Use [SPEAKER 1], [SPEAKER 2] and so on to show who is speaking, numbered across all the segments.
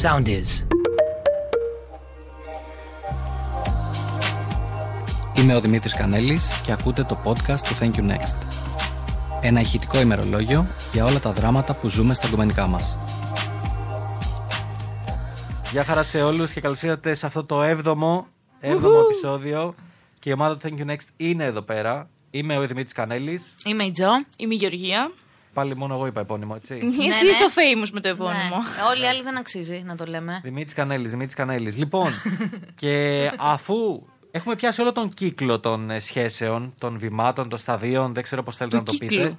[SPEAKER 1] sound is.
[SPEAKER 2] Είμαι ο Δημήτρης Κανέλης και ακούτε το podcast του Thank You Next. Ένα ηχητικό ημερολόγιο για όλα τα δράματα που ζούμε στα κομμενικά μας. Γεια χαρά σε όλους και καλώς ήρθατε σε αυτό το 7ο, 7ο επεισόδιο. Και η ομάδα του Thank You Next είναι εδώ πέρα. Είμαι ο Δημήτρης Κανέλης.
[SPEAKER 3] Είμαι η Τζο.
[SPEAKER 4] Είμαι η Γεωργία.
[SPEAKER 2] Πάλι μόνο εγώ είπα επώνυμο, έτσι.
[SPEAKER 4] Εσύ
[SPEAKER 3] ναι.
[SPEAKER 4] είσαι ο famous με το επώνυμο.
[SPEAKER 3] Ναι. Όλοι οι άλλοι δεν αξίζει να το λέμε.
[SPEAKER 2] Δημήτρης Κανέλης, Δημήτρης Κανέλης. Λοιπόν, και αφού έχουμε πιάσει όλο τον κύκλο των ε, σχέσεων, των βημάτων, των σταδίων, δεν ξέρω πώς θέλετε να
[SPEAKER 4] Του
[SPEAKER 2] το πείτε.
[SPEAKER 4] κύκλου.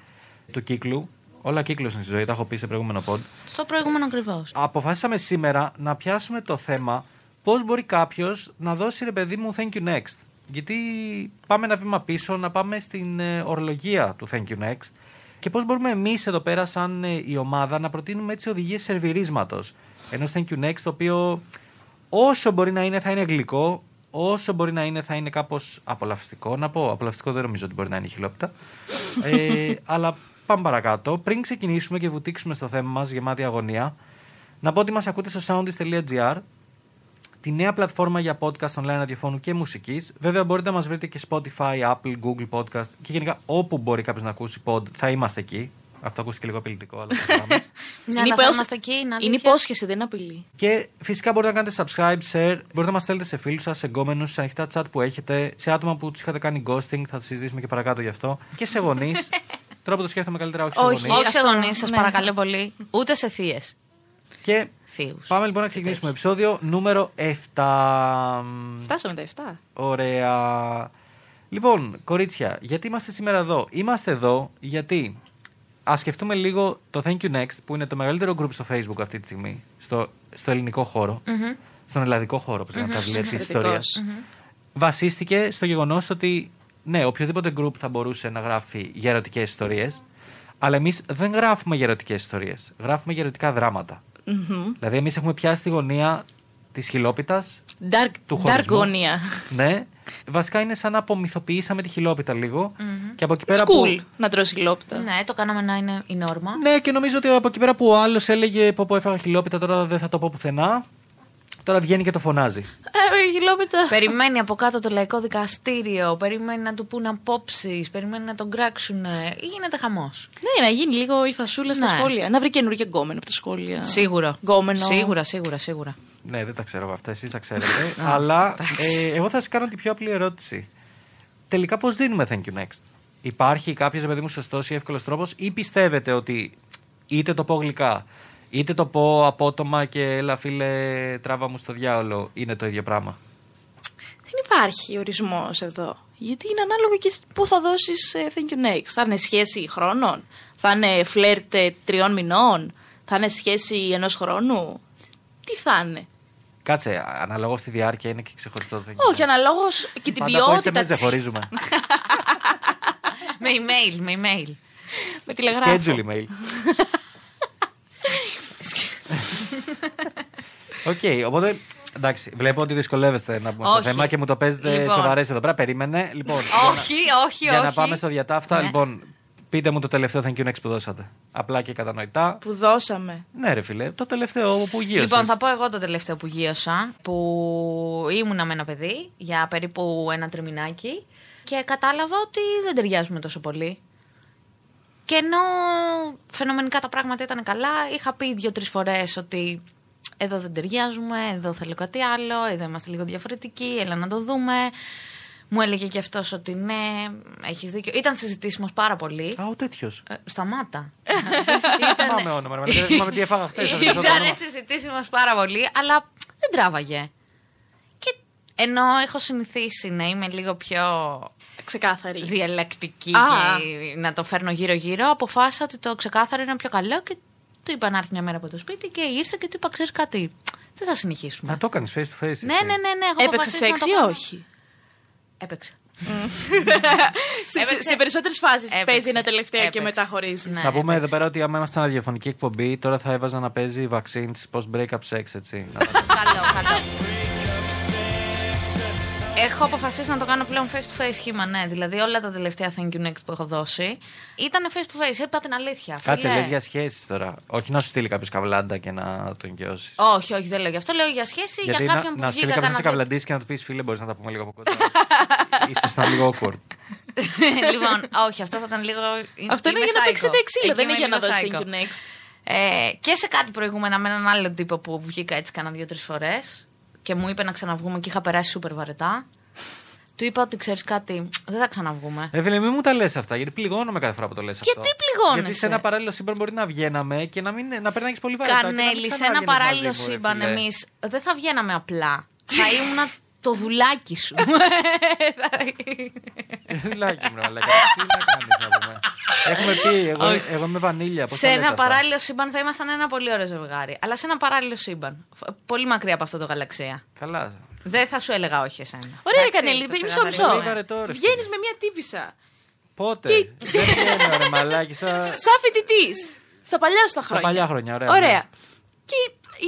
[SPEAKER 2] Του κύκλου. Όλα κύκλο είναι στη ζωή, τα έχω πει σε προηγούμενο pod.
[SPEAKER 3] Στο προηγούμενο ακριβώς.
[SPEAKER 2] Αποφάσισαμε σήμερα να πιάσουμε το θέμα πώς μπορεί κάποιος να δώσει ρε παιδί μου thank you next. Γιατί πάμε ένα βήμα πίσω, να πάμε στην ε, ορολογία του thank you next και πώς μπορούμε εμείς εδώ πέρα, σαν ε, η ομάδα, να προτείνουμε έτσι οδηγίες σερβιρίσματος. Ενός thank you next, το οποίο όσο μπορεί να είναι θα είναι γλυκό, όσο μπορεί να είναι θα είναι κάπως απολαυστικό. Να πω, απολαυστικό δεν νομίζω ότι μπορεί να είναι η χιλόπιτα. ε, αλλά πάμε παρακάτω. Πριν ξεκινήσουμε και βουτήξουμε στο θέμα μας γεμάτη αγωνία, να πω ότι μας ακούτε στο soundis.gr, τη νέα πλατφόρμα για podcast online ραδιοφώνου και μουσικής. Βέβαια, μπορείτε να μας βρείτε και Spotify, Apple, Google Podcast και γενικά όπου μπορεί κάποιος να ακούσει pod, θα είμαστε εκεί. Αυτό ακούστηκε λίγο απειλητικό, αλλά το κάναμε.
[SPEAKER 3] Ναι,
[SPEAKER 4] Είναι
[SPEAKER 3] αλλά θα
[SPEAKER 4] υπόσχεση-
[SPEAKER 3] είμαστε εκεί, είναι αλήθεια.
[SPEAKER 4] Είναι υπόσχεση, δεν είναι απειλή.
[SPEAKER 2] Και φυσικά μπορείτε να κάνετε subscribe, share, μπορείτε να μας στέλνετε σε φίλους σας, σε γκόμενου, σε ανοιχτά chat που έχετε, σε άτομα που τους είχατε κάνει ghosting, θα το συζητήσουμε και παρακάτω γι' αυτό. Και σε γονείς. Τώρα που το σκέφτομαι καλύτερα, όχι σε
[SPEAKER 4] Όχι.
[SPEAKER 2] γονείς.
[SPEAKER 3] Όχι σε
[SPEAKER 4] Αυτό,
[SPEAKER 3] γονείς, σας
[SPEAKER 4] ναι.
[SPEAKER 3] παρακαλώ πολύ. Ούτε σε θείες.
[SPEAKER 2] Και
[SPEAKER 3] Θείου.
[SPEAKER 2] πάμε λοιπόν να ξεκινήσουμε. Επεισόδιο νούμερο 7.
[SPEAKER 4] Φτάσαμε τα 7.
[SPEAKER 2] Ωραία. Λοιπόν, κορίτσια, γιατί είμαστε σήμερα εδώ. Είμαστε εδώ γιατί ας σκεφτούμε λίγο το Thank You Next που είναι το μεγαλύτερο group στο Facebook αυτή τη στιγμή, στο, στο ελληνικό χώρο, στον ελλαδικό χώρο, όπως λένε τα βιβλία της ιστορίας. Βασίστηκε στο γεγονός ότι ναι, οποιοδήποτε group θα μπορούσε να γράφει για ερωτικές ιστορίες, αλλά εμείς δεν γράφουμε για ερωτικές ιστορίες, γράφουμε για ερωτικά δράματα. Δηλαδή εμείς έχουμε πιάσει τη γωνία της χιλόπιτας,
[SPEAKER 4] Dark,
[SPEAKER 2] του
[SPEAKER 4] dark
[SPEAKER 2] χωρισμού.
[SPEAKER 4] γωνία.
[SPEAKER 2] ναι. Βασικά είναι σαν να απομυθοποιήσαμε τη χιλόπιτα λίγο. Και από εκεί πέρα.
[SPEAKER 4] Mm-hmm. It's
[SPEAKER 2] Που...
[SPEAKER 4] cool να τρώσει χιλόπιτα.
[SPEAKER 3] Ναι, το κάναμε να είναι η νόρμα.
[SPEAKER 2] Ναι, και νομίζω ότι από εκεί πέρα που ο άλλος έλεγε πω, πω έφαγα χιλόπιτα, τώρα δεν θα το πω πουθενά. Τώρα βγαίνει και το φωνάζει.
[SPEAKER 4] Ε, χιλόπιτα.
[SPEAKER 3] Περιμένει από κάτω το λαϊκό δικαστήριο, περιμένει να του πούν απόψεις, περιμένει να τον κράξουν. Ε, Γίνεται χαμός.
[SPEAKER 4] Ναι, να γίνει λίγο η φασούλα στα
[SPEAKER 3] Ναι.
[SPEAKER 4] σχόλια. Να βρει καινούργια γκόμενο από τα σχόλια.
[SPEAKER 3] Σίγουρο.
[SPEAKER 4] Γκόμενο.
[SPEAKER 3] Σίγουρα, σίγουρα, σίγουρα.
[SPEAKER 2] Ναι, δεν τα ξέρω αυτά, εσείς τα ξέρετε. αλλά ε, εγώ θα σας κάνω την πιο απλή ερώτηση. Τελικά πώς δίνουμε thank you next. Υπάρχει κάποιος ρε παιδί μου σωστός ή εύκολος τρόπος, ή πιστεύετε ότι είτε το πω γλυκά, είτε το πω απότομα και έλα φίλε τράβα μου στο διάολο, είναι το ίδιο πράγμα.
[SPEAKER 4] Δεν υπάρχει ορισμός εδώ. Γιατί είναι ανάλογο και σ- πού θα δώσεις thank you next. Θα είναι σχέση χρόνων. Θα είναι φλερτ ε, τριών μηνών. Θα είναι σχέση ενός χρόνου. Τι θα είναι.
[SPEAKER 2] Κάτσε, αναλόγω στη διάρκεια είναι και ξεχωριστό το thank you.
[SPEAKER 4] Όχι, αναλόγως και την
[SPEAKER 2] Πάντα από
[SPEAKER 4] ποιότητα.
[SPEAKER 2] SMS δεν
[SPEAKER 4] της-
[SPEAKER 2] χωρίζουμε.
[SPEAKER 3] με email, με email.
[SPEAKER 4] Με τηλεγράφο.
[SPEAKER 2] Schedule email. Οκ, οπότε εντάξει, βλέπω ότι δυσκολεύεστε να πούμε στο
[SPEAKER 3] Όχι.
[SPEAKER 2] θέμα και μου το παίζετε
[SPEAKER 3] Λοιπόν.
[SPEAKER 2] σοβαρές εδώ πέρα. Περίμενε. Λοιπόν,
[SPEAKER 3] όχι, όχι,
[SPEAKER 2] για να- για να
[SPEAKER 3] όχι.
[SPEAKER 2] πάμε στο διατάφτα,
[SPEAKER 3] Ναι.
[SPEAKER 2] λοιπόν, πείτε μου το τελευταίο thank you next που δώσατε. Απλά και κατανοητά.
[SPEAKER 4] Που δώσαμε.
[SPEAKER 2] Ναι, ρε φίλε, το τελευταίο που γύρω.
[SPEAKER 3] Λοιπόν, θα πω εγώ το τελευταίο που γίωσα. Που ήμουνα με ένα παιδί για περίπου ένα τριμηνάκι και κατάλαβα ότι δεν ταιριάζουμε τόσο πολύ. Και ενώ φαινομενικά τα πράγματα ήταν καλά, είχα πει δύο-τρει φορές ότι εδώ δεν ταιριάζουμε, εδώ θέλω κάτι άλλο, εδώ είμαστε λίγο διαφορετικοί, έλα να το δούμε. Μου έλεγε και αυτός ότι ναι, έχεις δίκιο. Ήταν συζητήσιμος πάρα πολύ.
[SPEAKER 2] Α, ο τέτοιος.
[SPEAKER 3] Ε, σταμάτα.
[SPEAKER 2] Δεν θυμάμαι όνομα. ρε, Δεν θυμάμαι τι έφαγα χθε.
[SPEAKER 3] Ήταν συζητήσιμος πάρα πολύ, αλλά δεν τράβαγε. Και ενώ έχω συνηθίσει να είμαι λίγο πιο
[SPEAKER 4] Ξεκάθαρη.
[SPEAKER 3] διαλεκτική
[SPEAKER 4] Α.
[SPEAKER 3] και να το φέρνω γύρω-γύρω, αποφάσισα ότι το ξεκάθαρο είναι πιο καλό και του είπα να έρθει μια μέρα από το σπίτι και ήρθε και του είπα: Ξέρεις κάτι, δεν θα συνεχίσουμε.
[SPEAKER 2] Να το έκανες face to face.
[SPEAKER 3] Ναι, ναι, ναι, ναι. Εγώ
[SPEAKER 4] Έπαιξε
[SPEAKER 3] αποφασίσα να
[SPEAKER 4] σεξ
[SPEAKER 3] το
[SPEAKER 4] ή
[SPEAKER 3] κάνω.
[SPEAKER 4] όχι.
[SPEAKER 3] Έπαιξε.
[SPEAKER 4] Σε,
[SPEAKER 3] Έπαιξε.
[SPEAKER 4] σε περισσότερες φάσεις
[SPEAKER 3] Έπαιξε.
[SPEAKER 4] παίζει ένα τελευταίο
[SPEAKER 3] Έπαιξε.
[SPEAKER 4] και μετά χωρίζεις.
[SPEAKER 3] Ναι.
[SPEAKER 2] Θα πούμε εδώ
[SPEAKER 3] εντάξει.
[SPEAKER 2] πέρα ότι άμα ήμασταν ραδιοφωνική εκπομπή, τώρα θα έβαζα να παίζει
[SPEAKER 3] Ναι.
[SPEAKER 2] vaccines post breakup sex, έτσι. Να-
[SPEAKER 3] καλό, καλό. Έχω αποφασίσει να το κάνω πλέον face to face σχήμα, ναι. Δηλαδή όλα τα τελευταία thank you next που έχω δώσει ήταν face to face. Είπα την αλήθεια.
[SPEAKER 2] Κάτσε,
[SPEAKER 3] φίλε.
[SPEAKER 2] λες για σχέσεις τώρα. Όχι να σου στείλει κάποιος καβλάντα και να τον γιώσει.
[SPEAKER 3] Όχι, όχι, δεν λέω γι' αυτό. Λέω για σχέση για
[SPEAKER 2] να,
[SPEAKER 3] κάποιον
[SPEAKER 2] να σου στείλει
[SPEAKER 3] που
[SPEAKER 2] κάποιο
[SPEAKER 3] βγήκα
[SPEAKER 2] να
[SPEAKER 3] κανένα
[SPEAKER 2] σε
[SPEAKER 3] τέτοιο.
[SPEAKER 2] καβλαντήσει και να του πεις φίλε, μπορείς να τα πούμε λίγο από κοντά. Ίσως ήταν λίγο awkward.
[SPEAKER 3] λοιπόν, όχι, αυτό θα ήταν λίγο.
[SPEAKER 4] Αυτό είναι
[SPEAKER 3] είμαι
[SPEAKER 4] για να
[SPEAKER 3] psycho.
[SPEAKER 4] παίξετε ξύλο, δεν
[SPEAKER 3] Εκεί
[SPEAKER 4] είναι για
[SPEAKER 3] είμαι
[SPEAKER 4] να
[SPEAKER 3] λίγο psycho.
[SPEAKER 4] δώσει thank you next.
[SPEAKER 3] Ε, και σε κάτι προηγούμενα με έναν άλλο τύπο που βγήκα έτσι κάνα δύο-τρει φορές και μου είπε να ξαναβγούμε και είχα περάσει σούπερ βαρετά. Του είπα ότι ξέρεις κάτι, δεν θα ξαναβγούμε.
[SPEAKER 2] Ρε φίλε, μην μου τα λες αυτά, γιατί πληγώνομαι κάθε φορά που το λες αυτό.
[SPEAKER 3] Γιατί πληγώνεσαι?
[SPEAKER 2] Γιατί σε ένα παράλληλο σύμπαν μπορεί να βγαίναμε και να, μην, να περνάγεις πολύ βαρετά. και να μην
[SPEAKER 3] Κανέλη, σε ένα
[SPEAKER 2] ξανάβγαινες μαζί
[SPEAKER 3] παράλληλο
[SPEAKER 2] μου, ρε
[SPEAKER 3] σύμπαν
[SPEAKER 2] φίλε.
[SPEAKER 3] εμείς δεν θα βγαίναμε απλά. θα ήμουν το δουλάκι σου. Ε,
[SPEAKER 2] Λάκι μου, ρε μαλάκα. Τι να κάνεις, να πούμε. Έχουμε πει, εγώ, εγώ είμαι βανίλια. πώς
[SPEAKER 3] σε
[SPEAKER 2] τα λέτε
[SPEAKER 3] ένα
[SPEAKER 2] αυτά.
[SPEAKER 3] παράλληλο σύμπαν θα ήμασταν ένα πολύ ωραίο ζευγάρι. Αλλά σε ένα παράλληλο σύμπαν. Φ- Πολύ μακριά από αυτό το γαλαξία.
[SPEAKER 2] Καλά.
[SPEAKER 3] Δεν θα σου έλεγα όχι εσένα.
[SPEAKER 4] Ωραία, ρε
[SPEAKER 3] Εντάξει,
[SPEAKER 4] Κανέλη,
[SPEAKER 3] το
[SPEAKER 4] μισό
[SPEAKER 3] ξεκαθαρίζουμε.
[SPEAKER 4] μισό.
[SPEAKER 2] Λίγο βαρετό, ρε, φίλε.
[SPEAKER 4] Βγαίνει με μια τύπησα.
[SPEAKER 2] Πότε.
[SPEAKER 4] Και-
[SPEAKER 2] Δεν βγαίνω, ρε μαλάκι. Στα...
[SPEAKER 4] Σαν φοιτητής. Στα παλιά σου τα χρόνια.
[SPEAKER 2] παλιά χρόνια, ωραία,
[SPEAKER 4] Ωραία.
[SPEAKER 2] ναι.
[SPEAKER 4] Και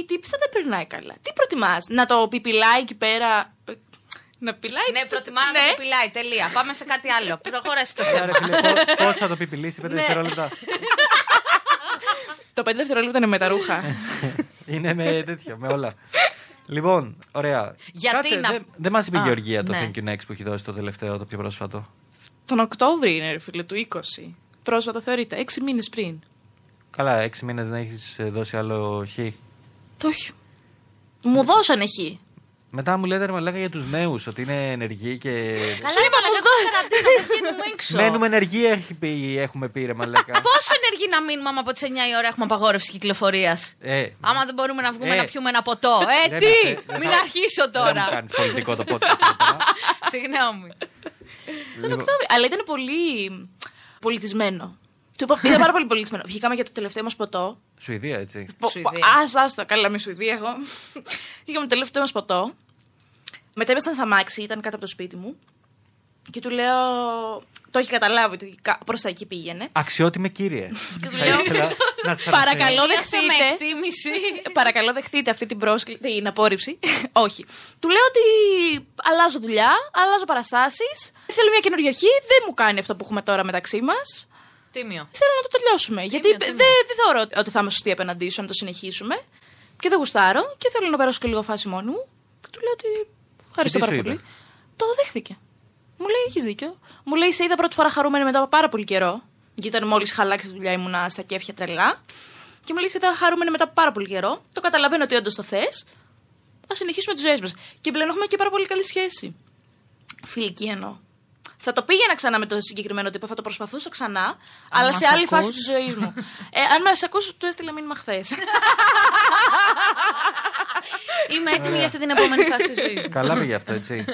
[SPEAKER 4] η τύπησα δεν περνάει καλά. Τι προτιμάς, να το πιπιλάει εκεί πέρα. ε, Να πιλάει.
[SPEAKER 3] Ναι, προτιμά να
[SPEAKER 4] Ναι.
[SPEAKER 3] το πιλάει. Τελεία. Πάμε σε κάτι άλλο. Προχώρασε το
[SPEAKER 2] Ρε
[SPEAKER 3] θέμα.
[SPEAKER 2] φίλε, πό- πώς θα το πιπηλήσει, πέντε
[SPEAKER 4] Ναι.
[SPEAKER 2] δευτερόλεπτα.
[SPEAKER 4] Το 5 δευτερόλεπτα είναι με τα ρούχα.
[SPEAKER 2] Είναι με τέτοιο, με όλα. Λοιπόν, ωραία.
[SPEAKER 3] Γιατί
[SPEAKER 2] Κάτσε,
[SPEAKER 3] να-
[SPEAKER 2] δεν- Δεν μας είπε η
[SPEAKER 3] Α,
[SPEAKER 2] Γεωργία το
[SPEAKER 3] ναι.
[SPEAKER 2] Thank you next που έχει δώσει το τελευταίο, το πιο πρόσφατο.
[SPEAKER 4] Τον Οκτώβριο είναι, ρε φίλε, του 20. Πρόσφατα θεωρείται, 6 μήνες πριν.
[SPEAKER 2] Καλά, έξι μήνες δεν έχεις ε, δώσει άλλο χ.
[SPEAKER 4] Το όχι. Μου δώσανε χ.
[SPEAKER 2] Μετά μου λέτε ρε μαλάκα για τους νέους, ότι είναι ενεργοί και.
[SPEAKER 3] Καλά,
[SPEAKER 4] Σου
[SPEAKER 3] είπα
[SPEAKER 4] είπα από
[SPEAKER 3] αλλά
[SPEAKER 4] εδώ.
[SPEAKER 3] έχουμε καραντίνα, δεν βγαίνουμε έξω.
[SPEAKER 2] Μένουμε ενεργοί, έχει πει, έχουμε πει ρε μαλάκα.
[SPEAKER 3] Πόσο ενεργοί να μείνουμε άμα από τις 9 η ώρα έχουμε απαγόρευση κυκλοφορίας.
[SPEAKER 2] Ε,
[SPEAKER 3] Άμα δεν μπορούμε να βγούμε
[SPEAKER 2] Ε.
[SPEAKER 3] να πιούμε ένα ποτό. Ε,
[SPEAKER 2] δεν
[SPEAKER 3] τι!
[SPEAKER 2] θα σε- δεν
[SPEAKER 3] Μην
[SPEAKER 2] θα-
[SPEAKER 3] αρχίσω
[SPEAKER 2] Δεν μου
[SPEAKER 3] τώρα.
[SPEAKER 2] κάνεις πολιτικό το podcast. λοιπόν, μετά.
[SPEAKER 3] Συγγνώμη.
[SPEAKER 4] Τον Οκτώβριο. Αλλά ήταν πολύ πολιτισμένο. Του είπα, ήταν πάρα πολύ πολιτισμένο. Βγήκαμε για το τελευταίο μας ποτό.
[SPEAKER 2] Σουηδία, έτσι.
[SPEAKER 3] Σουηδία.
[SPEAKER 4] Α, άστο, καλά, με Σουηδία εγώ. Βγήκαμε το τελευταίο μας ποτό. Μετά ήμασταν στα μάξι, ήταν κάτω από το σπίτι μου. Και του λέω. Το έχει καταλάβει ότι προς τα εκεί πήγαινε.
[SPEAKER 2] Αξιότιμε κύριε.
[SPEAKER 4] Και του
[SPEAKER 2] Θα
[SPEAKER 4] λέω,
[SPEAKER 2] ήθελα να σας
[SPEAKER 4] Παρακαλώ,
[SPEAKER 3] Τελείωσε με
[SPEAKER 4] δεχτείτε.
[SPEAKER 3] εκτίμηση.
[SPEAKER 4] Παρακαλώ, δεχτείτε αυτή την, πρόσκλη, την απόρριψη. Όχι. Του λέω ότι αλλάζω δουλειά, αλλάζω παραστάσεις. Θέλω μια καινούργια αρχή. Δεν μου κάνει αυτό που έχουμε τώρα μεταξύ μας.
[SPEAKER 3] Τίμιο.
[SPEAKER 4] θέλω να το τελειώσουμε. γιατί
[SPEAKER 3] τίμιο.
[SPEAKER 4] δεν δεν θεωρώ ότι- ότι θα είμαι σωστή απέναντί σου αν το συνεχίσουμε. Και δεν γουστάρω και θέλω να περάσω και λίγο φάση μόνη μου. Και του λέω ότι. Ευχαριστώ
[SPEAKER 2] Και τι
[SPEAKER 4] πάρα
[SPEAKER 2] σου
[SPEAKER 4] πολύ.
[SPEAKER 2] είπε?
[SPEAKER 4] Το δέχθηκε. Μου λέει: Έχεις δίκιο. Μου λέει: Σε είδα πρώτη φορά χαρούμενη μετά από πάρα πολύ καιρό. Γιατί ήταν μόλις χαλάξει τη δουλειά, ήμουνα στα κέφια τρελά. Και μου λέει: Σε είδα χαρούμενη μετά από πάρα πολύ καιρό. Το καταλαβαίνω ότι όντως το θες. Ας συνεχίσουμε τις ζωές μας. Και πλέον έχουμε και πάρα πολύ καλή σχέση. Φιλική εννοώ. Θα το πήγαινα ξανά με τον συγκεκριμένο τύπο, θα το προσπαθούσα ξανά, αλλά
[SPEAKER 3] μας
[SPEAKER 4] σε άλλη
[SPEAKER 3] ακούς.
[SPEAKER 4] φάση της ζωής μου. ε, αν με ακούσει, του έστειλα μήνυμα χθες.
[SPEAKER 3] Είμαι έτοιμη για αυτή την επόμενη φάση της ζωής μου.
[SPEAKER 2] Καλά πήγε αυτό, έτσι.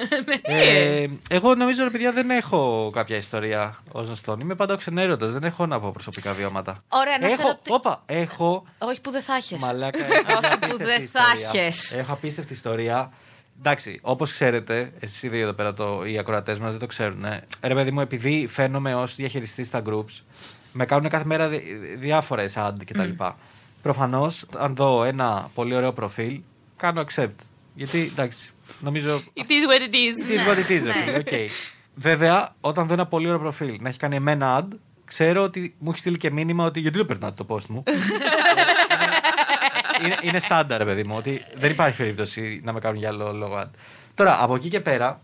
[SPEAKER 2] ε, εγώ νομίζω, ρε παιδιά, δεν έχω κάποια ιστορία ως γνωστόν. Είμαι πάντα ξενέρωτο, δεν έχω να πω προσωπικά βιώματα.
[SPEAKER 3] Ωραία, να σε
[SPEAKER 2] έχω,
[SPEAKER 3] ρωτη-
[SPEAKER 2] Όπα, έχω.
[SPEAKER 3] Όχι που δεν θα έχεις.
[SPEAKER 2] Μαλάκα, έχω μια
[SPEAKER 3] Όχι που
[SPEAKER 2] απίστευτη
[SPEAKER 3] δεν θα
[SPEAKER 2] ιστορία. Ε,
[SPEAKER 3] έχεις.
[SPEAKER 2] Έχω απίστευτη ιστορία. Εντάξει, όπως ξέρετε, εσείς οι δύο εδώ πέρα, το, οι ακροατές μας δεν το ξέρουν. Ε. Ρε, παιδί μου, επειδή φαίνομαι ως διαχειριστής στα groups, με κάνουν κάθε μέρα δι, διάφορες ad κτλ. Προφανώς, αν δω ένα πολύ ωραίο προφίλ, κάνω accept. Γιατί εντάξει, νομίζω
[SPEAKER 4] It is what it is.
[SPEAKER 2] It is what it is, ρε φίλε, οκ. Βέβαια, όταν δω ένα πολύ ωραίο προφίλ να έχει κάνει εμένα ad, ξέρω ότι μου έχει στείλει και μήνυμα ότι γιατί δεν περνάτε το post μου. είναι, είναι στάνταρ, ρε παιδί μου, ότι δεν υπάρχει περίπτωση να με κάνουν για άλλο λόγο ad. Τώρα, από εκεί και πέρα,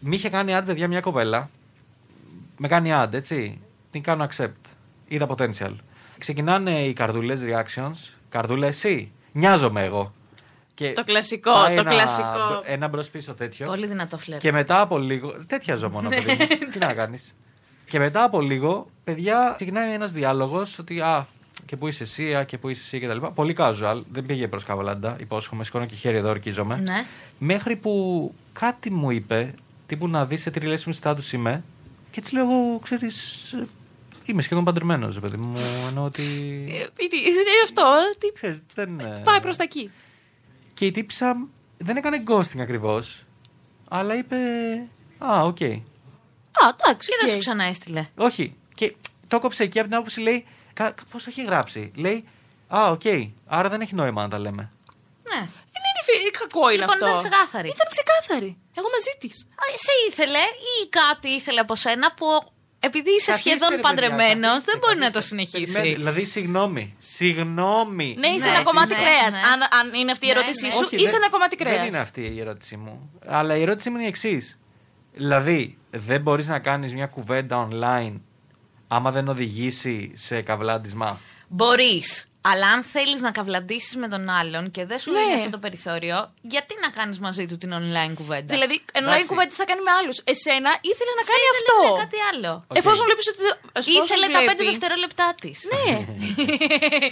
[SPEAKER 2] μη είχε κάνει ad, παιδιά, μια κοπέλα. Με κάνει ad, έτσι. Την κάνω accept. Είδα potential. Ξεκινάνε οι καρδούλες reactions. Καρδούλα, εσύ. Νοιάζομαι εγώ. Και
[SPEAKER 4] Το κλασικό,
[SPEAKER 2] πάει
[SPEAKER 4] το κλασικό.
[SPEAKER 2] Ένα μπρος πίσω τέτοιο.
[SPEAKER 3] Πολύ δυνατό φλερ.
[SPEAKER 2] Και μετά από λίγο. Τέτοια ζω μόνο. παιδί μου.
[SPEAKER 4] Ναι,
[SPEAKER 2] Τι να κάνεις. Και μετά από λίγο, παιδιά, ξεκινάει ένας διάλογος ότι α, και πού είσαι εσύ, α, και πού είσαι εσύ και τα λοιπά. Πολύ casual. Δεν πήγε προς καβαλάντα. Υπόσχομαι, σηκώνω και χέρι εδώ, ορκίζομαι.
[SPEAKER 3] Ναι.
[SPEAKER 2] Μέχρι που κάτι μου είπε, τύπου να δεις σε τι relationship status είμαι. Και έτσι λέω εγώ, ξέρεις. Είμαι σχεδόν παντρεμένος, παιδί μου. Ενώ ότι.
[SPEAKER 4] Ε, it is- Είναι αυτό. τι-
[SPEAKER 2] Ξέρεις, δεν, ε,
[SPEAKER 4] Πάει προς τα εκεί.
[SPEAKER 2] και η τύπησα δεν έκανε ghosting ακριβώς, αλλά είπε. Α, οκ.
[SPEAKER 4] Α, εντάξει.
[SPEAKER 3] Και δεν σου
[SPEAKER 4] οκ.
[SPEAKER 3] ξανά έστειλε.
[SPEAKER 2] Όχι. Και το κόψε εκεί από την άποψη λέει. Πώς το έχει γράψει. Λέει. Α, οκ. Άρα δεν έχει νόημα να τα λέμε.
[SPEAKER 3] Ναι.
[SPEAKER 4] Ε, Είναι, είναι φι- κακό είναι
[SPEAKER 3] Λοιπόν,
[SPEAKER 4] αυτό.
[SPEAKER 3] ήταν ξεκάθαρη.
[SPEAKER 4] Ήταν ξεκάθαρη. Εγώ μαζί της.
[SPEAKER 3] Α, Σε ήθελε ή κάτι ήθελε από σένα που επειδή είσαι
[SPEAKER 2] Καθίστε, ρε,
[SPEAKER 3] σχεδόν
[SPEAKER 2] παιδιά,
[SPEAKER 3] παντρεμένος,
[SPEAKER 2] καθίστε,
[SPEAKER 3] δεν μπορεί να το
[SPEAKER 2] καθίστε. Περιμένετε,
[SPEAKER 3] συνεχίσει.
[SPEAKER 2] Δηλαδή, συγγνώμη. Συγγνώμη.
[SPEAKER 4] Ναι, είσαι
[SPEAKER 3] Ναι,
[SPEAKER 4] ένα κομμάτι
[SPEAKER 3] ναι,
[SPEAKER 4] κρέας.
[SPEAKER 3] ναι.
[SPEAKER 4] Αν, αν είναι αυτή η
[SPEAKER 3] Ναι,
[SPEAKER 4] ερώτησή
[SPEAKER 3] ναι.
[SPEAKER 4] σου,
[SPEAKER 2] Όχι,
[SPEAKER 4] είσαι
[SPEAKER 2] δεν-
[SPEAKER 4] ένα κομμάτι
[SPEAKER 2] Δεν είναι
[SPEAKER 4] κρέα.
[SPEAKER 2] αυτή η ερώτησή μου. Αλλά η ερώτησή μου είναι η εξής. Δηλαδή, δεν μπορείς να κάνεις μια κουβέντα online άμα δεν οδηγήσει σε καβλάντισμα.
[SPEAKER 3] Μπορείς. Αλλά αν θέλεις να καυλαντήσει με τον άλλον και δεν σου
[SPEAKER 4] Ναι.
[SPEAKER 3] δίνει αυτό το περιθώριο, γιατί να κάνεις μαζί του την online κουβέντα.
[SPEAKER 4] Δηλαδή, ενώ
[SPEAKER 2] Εντάξει.
[SPEAKER 4] η κουβέντα τι θα κάνει με άλλους. Εσένα ήθελε να
[SPEAKER 3] Σε
[SPEAKER 4] κάνει
[SPEAKER 3] ήθελε, ναι,
[SPEAKER 4] αυτό.
[SPEAKER 3] κάτι άλλο.
[SPEAKER 2] Οκ.
[SPEAKER 4] Εφόσον βλέπεις ότι. εφόσον
[SPEAKER 3] Ήθελε τα
[SPEAKER 4] βλέπει-
[SPEAKER 3] πέντε δευτερόλεπτά της.
[SPEAKER 4] Ναι.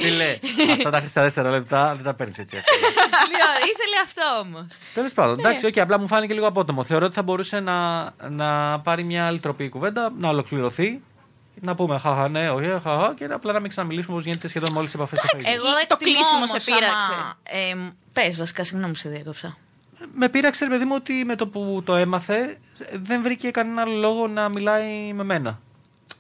[SPEAKER 2] Φίλε, αυτά τα χρυσά δευτερόλεπτα δεν τα παίρνεις έτσι.
[SPEAKER 3] λοιπόν, ήθελε αυτό όμως.
[SPEAKER 2] Τέλος πάντων,
[SPEAKER 3] Ναι.
[SPEAKER 2] εντάξει, όχι, απλά μου φάνηκε λίγο απότομο. Θεωρώ ότι θα μπορούσε να, να πάρει μια άλλη τροπή η κουβέντα, να ολοκληρωθεί. Να πούμε χαχα, ναι, όχι, χαχα, και απλά να μην ξαναμιλήσουμε όπως γίνεται σχεδόν με όλε τι επαφές στο Facebook.
[SPEAKER 3] Εγώ
[SPEAKER 4] Ή το
[SPEAKER 3] εκτιμώ
[SPEAKER 4] κλείσιμο
[SPEAKER 3] όμως
[SPEAKER 4] σε πείραξε.
[SPEAKER 3] άμα, Ε, Πες, βασικά, συγγνώμη που σε διέκοψα.
[SPEAKER 2] Ε, Με πείραξε, ρε παιδί μου, ότι με το που το έμαθε δεν βρήκε κανένα άλλο λόγο να μιλάει με μένα.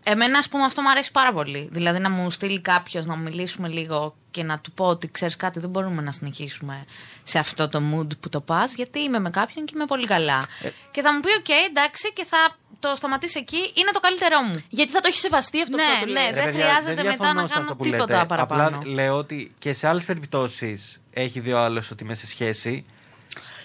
[SPEAKER 3] Εμένα, ας πούμε, αυτό μου αρέσει πάρα πολύ. Δηλαδή, να μου στείλει κάποιος να μιλήσουμε λίγο και να του πω ότι ξέρεις κάτι, δεν μπορούμε να συνεχίσουμε σε αυτό το mood που το πας, γιατί είμαι με κάποιον και είμαι πολύ καλά. Και θα μου πει, οκ, εντάξει, και θα το σταματήσει εκεί, είναι το καλύτερό μου.
[SPEAKER 4] Γιατί θα το έχει σεβαστεί αυτό
[SPEAKER 3] Ναι,
[SPEAKER 4] που θα του
[SPEAKER 3] ναι,
[SPEAKER 4] λες.
[SPEAKER 3] δεν
[SPEAKER 2] Ρε παιδιά,
[SPEAKER 3] χρειάζεται μετά
[SPEAKER 2] διαφωνώ
[SPEAKER 3] να
[SPEAKER 2] σε
[SPEAKER 3] κάνω
[SPEAKER 2] αυτό που
[SPEAKER 3] τίποτα
[SPEAKER 2] λέτε.
[SPEAKER 3] παραπάνω.
[SPEAKER 2] Απλά λέω ότι και σε άλλες περιπτώσεις έχει δει ο άλλο ότι είμαι σε σχέση.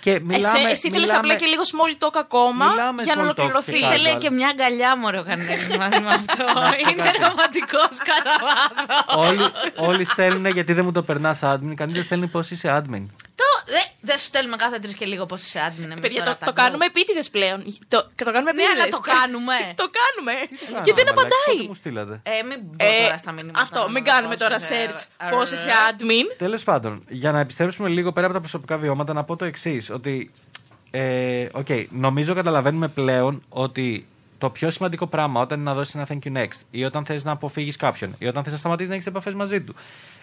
[SPEAKER 3] Ε,
[SPEAKER 2] Και μιλάμε,
[SPEAKER 4] Ε, Εσύ- Εσύ ήθελε
[SPEAKER 2] μιλάμε-
[SPEAKER 4] απλά και λίγο small talk ακόμα
[SPEAKER 2] Μιλάμε
[SPEAKER 4] για να
[SPEAKER 2] small talk
[SPEAKER 4] ολοκληρωθεί.
[SPEAKER 2] φυσικά.
[SPEAKER 3] Ήθελε
[SPEAKER 2] άλλο.
[SPEAKER 3] και μια αγκαλιά μου ο κανένας μαζί με αυτό. είναι ρομαντικό κατά βάθος.
[SPEAKER 2] Όλοι, όλοι στέλνουν γιατί δεν μου το περνάς admin. Κανείς δεν στέλνει πώς είσαι admin.
[SPEAKER 3] Το- ε, Δεν σου στέλνουμε κάθε τρεις και λίγο πώ είσαι άντμιν. εμείς
[SPEAKER 4] Παιδιά,
[SPEAKER 3] τώρα
[SPEAKER 4] το,
[SPEAKER 3] τα
[SPEAKER 4] το
[SPEAKER 3] γκρουπ.
[SPEAKER 4] κάνουμε επίτηδες πλέον. Το, το κάνουμε
[SPEAKER 3] Ναι,
[SPEAKER 4] επίτηδες.
[SPEAKER 3] αλλά το κάνουμε.
[SPEAKER 4] το κάνουμε.
[SPEAKER 2] Άρα,
[SPEAKER 4] και δεν
[SPEAKER 2] μαλάκα,
[SPEAKER 4] απαντάει.
[SPEAKER 2] πότε μου στείλατε.
[SPEAKER 3] Ε, μην μπω
[SPEAKER 4] Ε,
[SPEAKER 3] τώρα στα μηνύματα.
[SPEAKER 4] αυτό,
[SPEAKER 3] να
[SPEAKER 4] μην
[SPEAKER 3] δω
[SPEAKER 4] κάνουμε τώρα
[SPEAKER 3] πόσες, ε,
[SPEAKER 4] search
[SPEAKER 3] ε,
[SPEAKER 4] πόσε
[SPEAKER 3] ε,
[SPEAKER 4] για admin.
[SPEAKER 2] Τέλος πάντων, για να επιστρέψουμε λίγο πέρα από τα προσωπικά βιώματα, να πω το εξής. Ότι ε, okay, νομίζω καταλαβαίνουμε πλέον ότι το πιο σημαντικό πράγμα όταν είναι να δώσεις ένα thank you next ή όταν θες να αποφύγεις κάποιον ή όταν θες να σταματήσεις να έχεις επαφές μαζί του.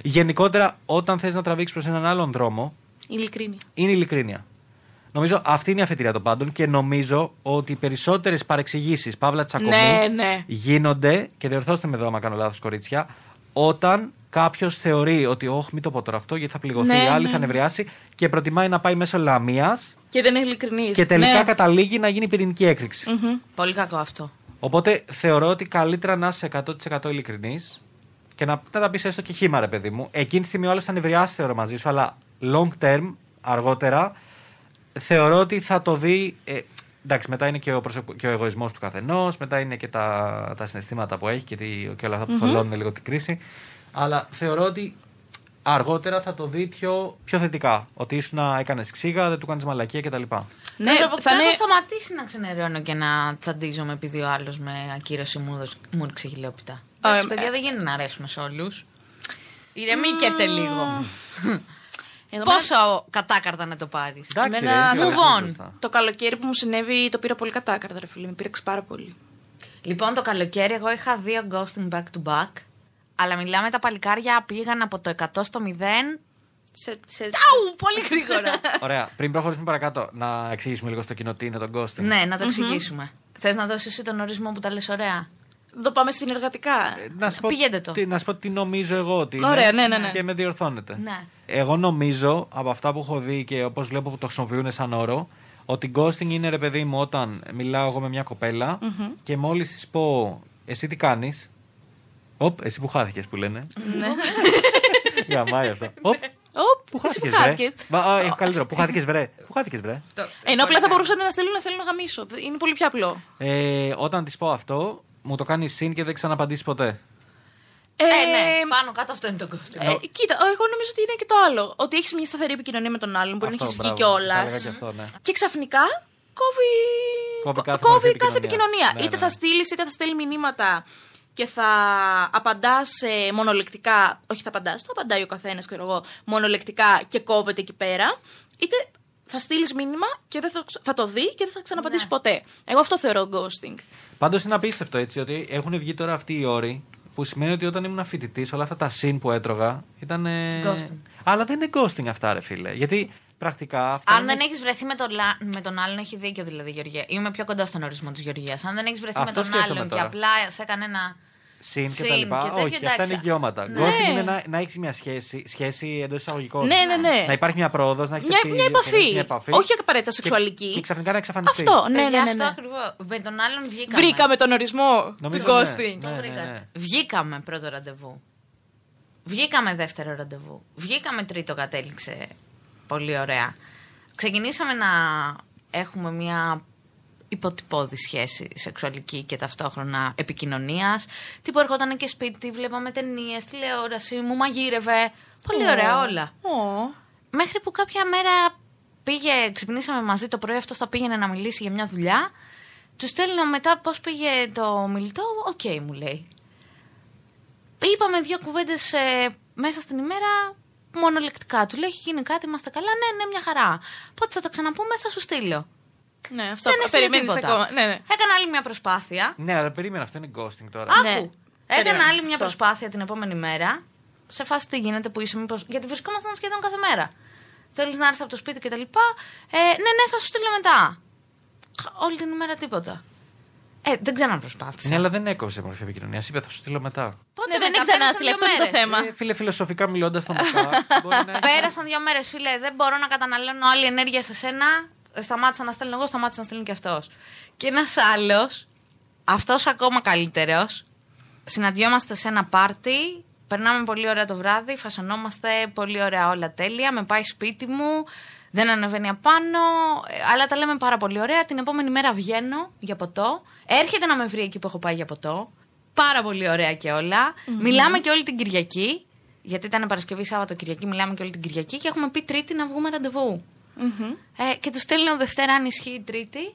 [SPEAKER 2] Γενικότερα, όταν θες να τραβήξεις προς έναν άλλον δρόμο,
[SPEAKER 4] Ειλικρίνη.
[SPEAKER 2] είναι η ειλικρίνεια. Νομίζω αυτή είναι η αφετηρία των πάντων και νομίζω ότι οι περισσότερες παρεξηγήσεις, παύλα τσακωμού,
[SPEAKER 4] Ναι, ναι.
[SPEAKER 2] γίνονται, και διορθώστε με εδώ άμα κάνω λάθος, κορίτσια, όταν κάποιος θεωρεί ότι, Όχι, μην το πω τώρα αυτό, γιατί θα πληγωθεί,
[SPEAKER 4] Ναι,
[SPEAKER 2] η άλλη
[SPEAKER 4] ναι.
[SPEAKER 2] θα νευριάσει και προτιμάει να πάει μέσω λαμίας
[SPEAKER 4] Και δεν είναι Ναι. ειλικρινής.
[SPEAKER 2] και τελικά καταλήγει να γίνει πυρηνική έκρηξη.
[SPEAKER 3] Πολύ κακό αυτό.
[SPEAKER 2] Οπότε θεωρώ ότι καλύτερα να είσαι 100% ειλικρινής και να, να τα πεις έστω και χήμα, ρε παιδί μου. Εκείνη τη στιγμή όλο θα νευριάσει θεωρώ μαζί σου, αλλά long term, αργότερα, θεωρώ ότι θα το δει. Ε, εντάξει, μετά είναι και ο, προσωπ- και ο εγωισμός του καθενός, μετά είναι και τα, τα συναισθήματα που έχει και, τι, και όλα αυτά που θολώνουν λίγο την κρίση. Αλλά θεωρώ ότι αργότερα θα το δει πιο, πιο θετικά. Ότι ήσουν έκανες ξύγα, δεν του κάνεις μαλακία κτλ.
[SPEAKER 4] Ναι,
[SPEAKER 3] θα
[SPEAKER 4] θα είναι.
[SPEAKER 3] έχω σταματήσει να ξενερώνω και να τσαντίζομαι επειδή ο άλλος με ακύρωση μου, δώσ- μου ρίξε χιλιόπιτα. Εντάξει,
[SPEAKER 4] ε,
[SPEAKER 3] παιδιά, δεν γίνεται να αρέσουμε σε όλους. Ηρεμήκεται λίγο.
[SPEAKER 4] Εγώ Ε,
[SPEAKER 3] Πόσο κατάκαρτα να το πάρεις.
[SPEAKER 2] Εντάξει,
[SPEAKER 4] Εμένα-
[SPEAKER 2] ρε, δύο
[SPEAKER 4] Move
[SPEAKER 2] λεπτά
[SPEAKER 3] on.
[SPEAKER 2] μπροστά.
[SPEAKER 4] Το καλοκαίρι που μου συνέβη το πήρα πολύ κατάκαρτα, ρε φίλε. Με πήραξε πάρα πολύ.
[SPEAKER 3] Λοιπόν, το καλοκαίρι εγώ είχα δύο ghosting back to back. Αλλά μιλάμε τα παλικάρια πήγαν από το 100 στο 0.
[SPEAKER 4] Σε, σε...
[SPEAKER 3] Τάου! Πολύ γρήγορα.
[SPEAKER 2] Ωραία. Πριν προχωρήσουμε παρακάτω, να εξηγήσουμε λίγο στο κοινό τι είναι το ghosting.
[SPEAKER 3] ναι, να το εξηγήσουμε. Θες να δώσεις εσύ τον ορισμό που τα λες ωραία.
[SPEAKER 4] Εδώ πάμε συνεργατικά.
[SPEAKER 2] Να σου πω,
[SPEAKER 3] Πηγαίνετε το.
[SPEAKER 2] Τι, να σου πω τι νομίζω εγώ ότι είναι
[SPEAKER 4] Ωραία, ναι, ναι, ναι.
[SPEAKER 2] και με διορθώνετε.
[SPEAKER 3] Ναι.
[SPEAKER 2] Εγώ νομίζω από αυτά που έχω δει και όπως βλέπω που το χρησιμοποιούν σαν όρο ότι ghosting είναι ρε παιδί μου όταν μιλάω εγώ με μια κοπέλα και μόλις της πω εσύ τι κάνεις Οπ, εσύ που χάθηκες που λένε.
[SPEAKER 4] Ναι.
[SPEAKER 2] Γαμάει αυτό. Οπ,
[SPEAKER 4] Οπ,
[SPEAKER 2] που
[SPEAKER 4] Ναι. εσύ που ε.
[SPEAKER 2] χάθηκες βρε.
[SPEAKER 4] χάθηκες.
[SPEAKER 2] Μα, α, έχω καλύτερο. Που χάθηκες βρε. Που χάθηκες βρε.
[SPEAKER 4] Ε, Ενώ απλά θα μπορούσαν να στέλνουν να θέλουν να γαμίσω. Είναι πολύ πιο απλό.
[SPEAKER 2] Ε, όταν της πω αυτό μου το κάνει συν και δεν ξαναπαντήσει ποτέ.
[SPEAKER 4] Ε,
[SPEAKER 3] Ε, ναι, πάνω κάτω αυτό είναι το ghosting.
[SPEAKER 4] ε, κοίτα, εγώ νομίζω ότι είναι και το άλλο. Ότι έχεις μια σταθερή επικοινωνία με τον άλλον, μπορεί
[SPEAKER 2] Αυτό,
[SPEAKER 4] να έχεις βγει
[SPEAKER 2] μπράβο.
[SPEAKER 4] κιόλας.
[SPEAKER 2] Το έλεγα και αυτό, ναι.
[SPEAKER 4] Και ξαφνικά κόβει,
[SPEAKER 2] Κόβει
[SPEAKER 4] κο-
[SPEAKER 2] κάθε
[SPEAKER 4] κόβει
[SPEAKER 2] μορφή
[SPEAKER 4] κάθε
[SPEAKER 2] επικοινωνίας.
[SPEAKER 4] επικοινωνία.
[SPEAKER 2] Ναι,
[SPEAKER 4] είτε
[SPEAKER 2] ναι.
[SPEAKER 4] θα στείλεις είτε θα στέλνει μηνύματα και θα απαντάς μονολεκτικά. Όχι, θα απαντάς, θα απαντάει ο καθένας, ξέρω εγώ, μονολεκτικά και κόβεται εκεί πέρα. Είτε θα στείλεις μήνυμα και δεν θα, θα το δει και δεν θα ξαναπαντήσει ποτέ. Εγώ αυτό θεωρώ ghosting.
[SPEAKER 2] Πάντως είναι απίστευτο έτσι ότι έχουν βγει τώρα αυτοί οι όροι που σημαίνει ότι όταν ήμουν φοιτητής, όλα αυτά τα συν που έτρωγα ήταν. ε,
[SPEAKER 3] Ghosting.
[SPEAKER 2] Αλλά δεν είναι ghosting αυτά, ρε φίλε. Γιατί πρακτικά αυτά.
[SPEAKER 3] Αν
[SPEAKER 4] ε,
[SPEAKER 2] είναι-
[SPEAKER 3] δεν έχεις βρεθεί με τον, λα- με τον άλλον, έχει δίκιο δηλαδή η Γεωργία. Είμαι πιο κοντά στον ορισμό της Γεωργίας. Αν δεν έχεις βρεθεί
[SPEAKER 2] Αυτό
[SPEAKER 3] με τον
[SPEAKER 2] σκέφτομαι
[SPEAKER 3] άλλον
[SPEAKER 2] τώρα.
[SPEAKER 3] και απλά σε έκανε ένα.
[SPEAKER 2] συν και τα
[SPEAKER 3] Συν και
[SPEAKER 2] λοιπά.
[SPEAKER 3] τέτοια,
[SPEAKER 2] Όχι, αυτά
[SPEAKER 3] εντάξει.
[SPEAKER 2] είναι γιώματα.
[SPEAKER 3] Ναι.
[SPEAKER 2] Ghosting είναι να, να έχεις μια σχέση, σχέση εντός εισαγωγικών.
[SPEAKER 4] Ναι, ναι, ναι.
[SPEAKER 2] Να υπάρχει μια πρόοδος, να έχεις
[SPEAKER 4] Μια, μια, επαφή.
[SPEAKER 2] Ε, μια επαφή.
[SPEAKER 4] Όχι απαραίτητα
[SPEAKER 2] Και-
[SPEAKER 4] σεξουαλική.
[SPEAKER 2] Και, ξαφνικά να εξαφανιστεί.
[SPEAKER 4] αυτό, ναι,
[SPEAKER 3] Παιδιά,
[SPEAKER 4] ναι, ναι.
[SPEAKER 3] Ε, αυτό
[SPEAKER 4] ναι.
[SPEAKER 3] ακριβώς. Με τον άλλον βγήκαμε.
[SPEAKER 4] Βρήκαμε τον ορισμό του
[SPEAKER 2] Νομίζω,
[SPEAKER 4] ghosting.
[SPEAKER 3] Το
[SPEAKER 2] Ναι, ναι,
[SPEAKER 3] βρήκατε.
[SPEAKER 2] ναι.
[SPEAKER 3] Βγήκαμε πρώτο ραντεβού. Βγήκαμε δεύτερο ραντεβού. Βγήκαμε τρίτο, κατέληξε. Πολύ ωραία. Ξεκινήσαμε να έχουμε μια υποτυπώδη σχέση σεξουαλική και ταυτόχρονα επικοινωνίας. Τι που ερχόταν και σπίτι, βλέπαμε ταινίες, τηλεόραση, μου μαγείρευε. Πολύ ωραία όλα.
[SPEAKER 4] Ω.
[SPEAKER 3] Μέχρι που κάποια μέρα πήγε, ξυπνήσαμε μαζί το πρωί, αυτός θα πήγαινε να μιλήσει για μια δουλειά. Του στέλνω μετά πώς πήγε το μιλητό. Οκ, μου λέει. Είπαμε δύο κουβέντες μέσα στην ημέρα μονολεκτικά. Του λέω: Έχει γίνει κάτι, είμαστε καλά. Ναι, ναι, μια χαρά. Πότε θα τα ξαναπούμε, θα σου στείλω.
[SPEAKER 4] Ναι, αυτό
[SPEAKER 3] Δεν έστειλε
[SPEAKER 4] περιμένεις
[SPEAKER 3] τίποτα.
[SPEAKER 4] ακόμα. Ναι, ναι.
[SPEAKER 3] Έκανα άλλη μια προσπάθεια.
[SPEAKER 2] Ναι, αλλά περίμενα, αυτό είναι ghosting τώρα.
[SPEAKER 3] Άκου.
[SPEAKER 4] Ναι.
[SPEAKER 3] Έκανα
[SPEAKER 4] Περίμενα.
[SPEAKER 3] άλλη μια
[SPEAKER 4] Αυτό.
[SPEAKER 3] προσπάθεια την επόμενη μέρα. Σε φάση τι γίνεται που είσαι, μήπως... Γιατί βρισκόμασταν σχεδόν κάθε μέρα. Θέλεις να έρθεις από το σπίτι και τα λοιπά. Ε, ναι, ναι, θα σου στείλω μετά. Όλη την ημέρα τίποτα. Ε, δεν ξαναπροσπάθησα.
[SPEAKER 2] Ναι, αλλά δεν έκοψε η μορφή επικοινωνίας. Είπε, θα σου στείλω μετά.
[SPEAKER 3] Πότε
[SPEAKER 4] Ναι, δεν
[SPEAKER 3] μετά,
[SPEAKER 4] ξανά
[SPEAKER 3] πέρασαν
[SPEAKER 4] στείλε,
[SPEAKER 3] δύο
[SPEAKER 4] αυτό είναι το
[SPEAKER 3] μέρες.
[SPEAKER 4] θέμα. Μα.
[SPEAKER 2] Ε, Φίλε, φιλοσοφικά μιλώντας, τον Μακά. μπορεί να έχει-
[SPEAKER 3] Πέρασαν δύο μέρες, φίλε. Δεν μπορώ να καταναλώνω άλλη ενέργεια σε σένα. Σταμάτησα να στέλνω εγώ, σταμάτησα να στέλνει και αυτός. Και ένας άλλος, αυτός ακόμα καλύτερος, συναντιόμαστε σε ένα πάρτι. Περνάμε πολύ ωραία το βράδυ, φασωνόμαστε πολύ ωραία όλα τέλεια. Με πάει σπίτι μου, δεν ανεβαίνει απάνω, ε, αλλά τα λέμε πάρα πολύ ωραία. Την επόμενη μέρα βγαίνω για ποτό. Έρχεται να με βρει εκεί που έχω πάει για ποτό. Πάρα πολύ ωραία και όλα. Μιλάμε και όλη την Κυριακή. Γιατί ήταν Παρασκευή, Σάββατο, Κυριακή, μιλάμε και όλη την Κυριακή και έχουμε πει Τρίτη να βγούμε ραντεβού.
[SPEAKER 4] Μμμ.
[SPEAKER 3] Ε, και τους στέλνω Δευτέρα αν ισχύει η Τρίτη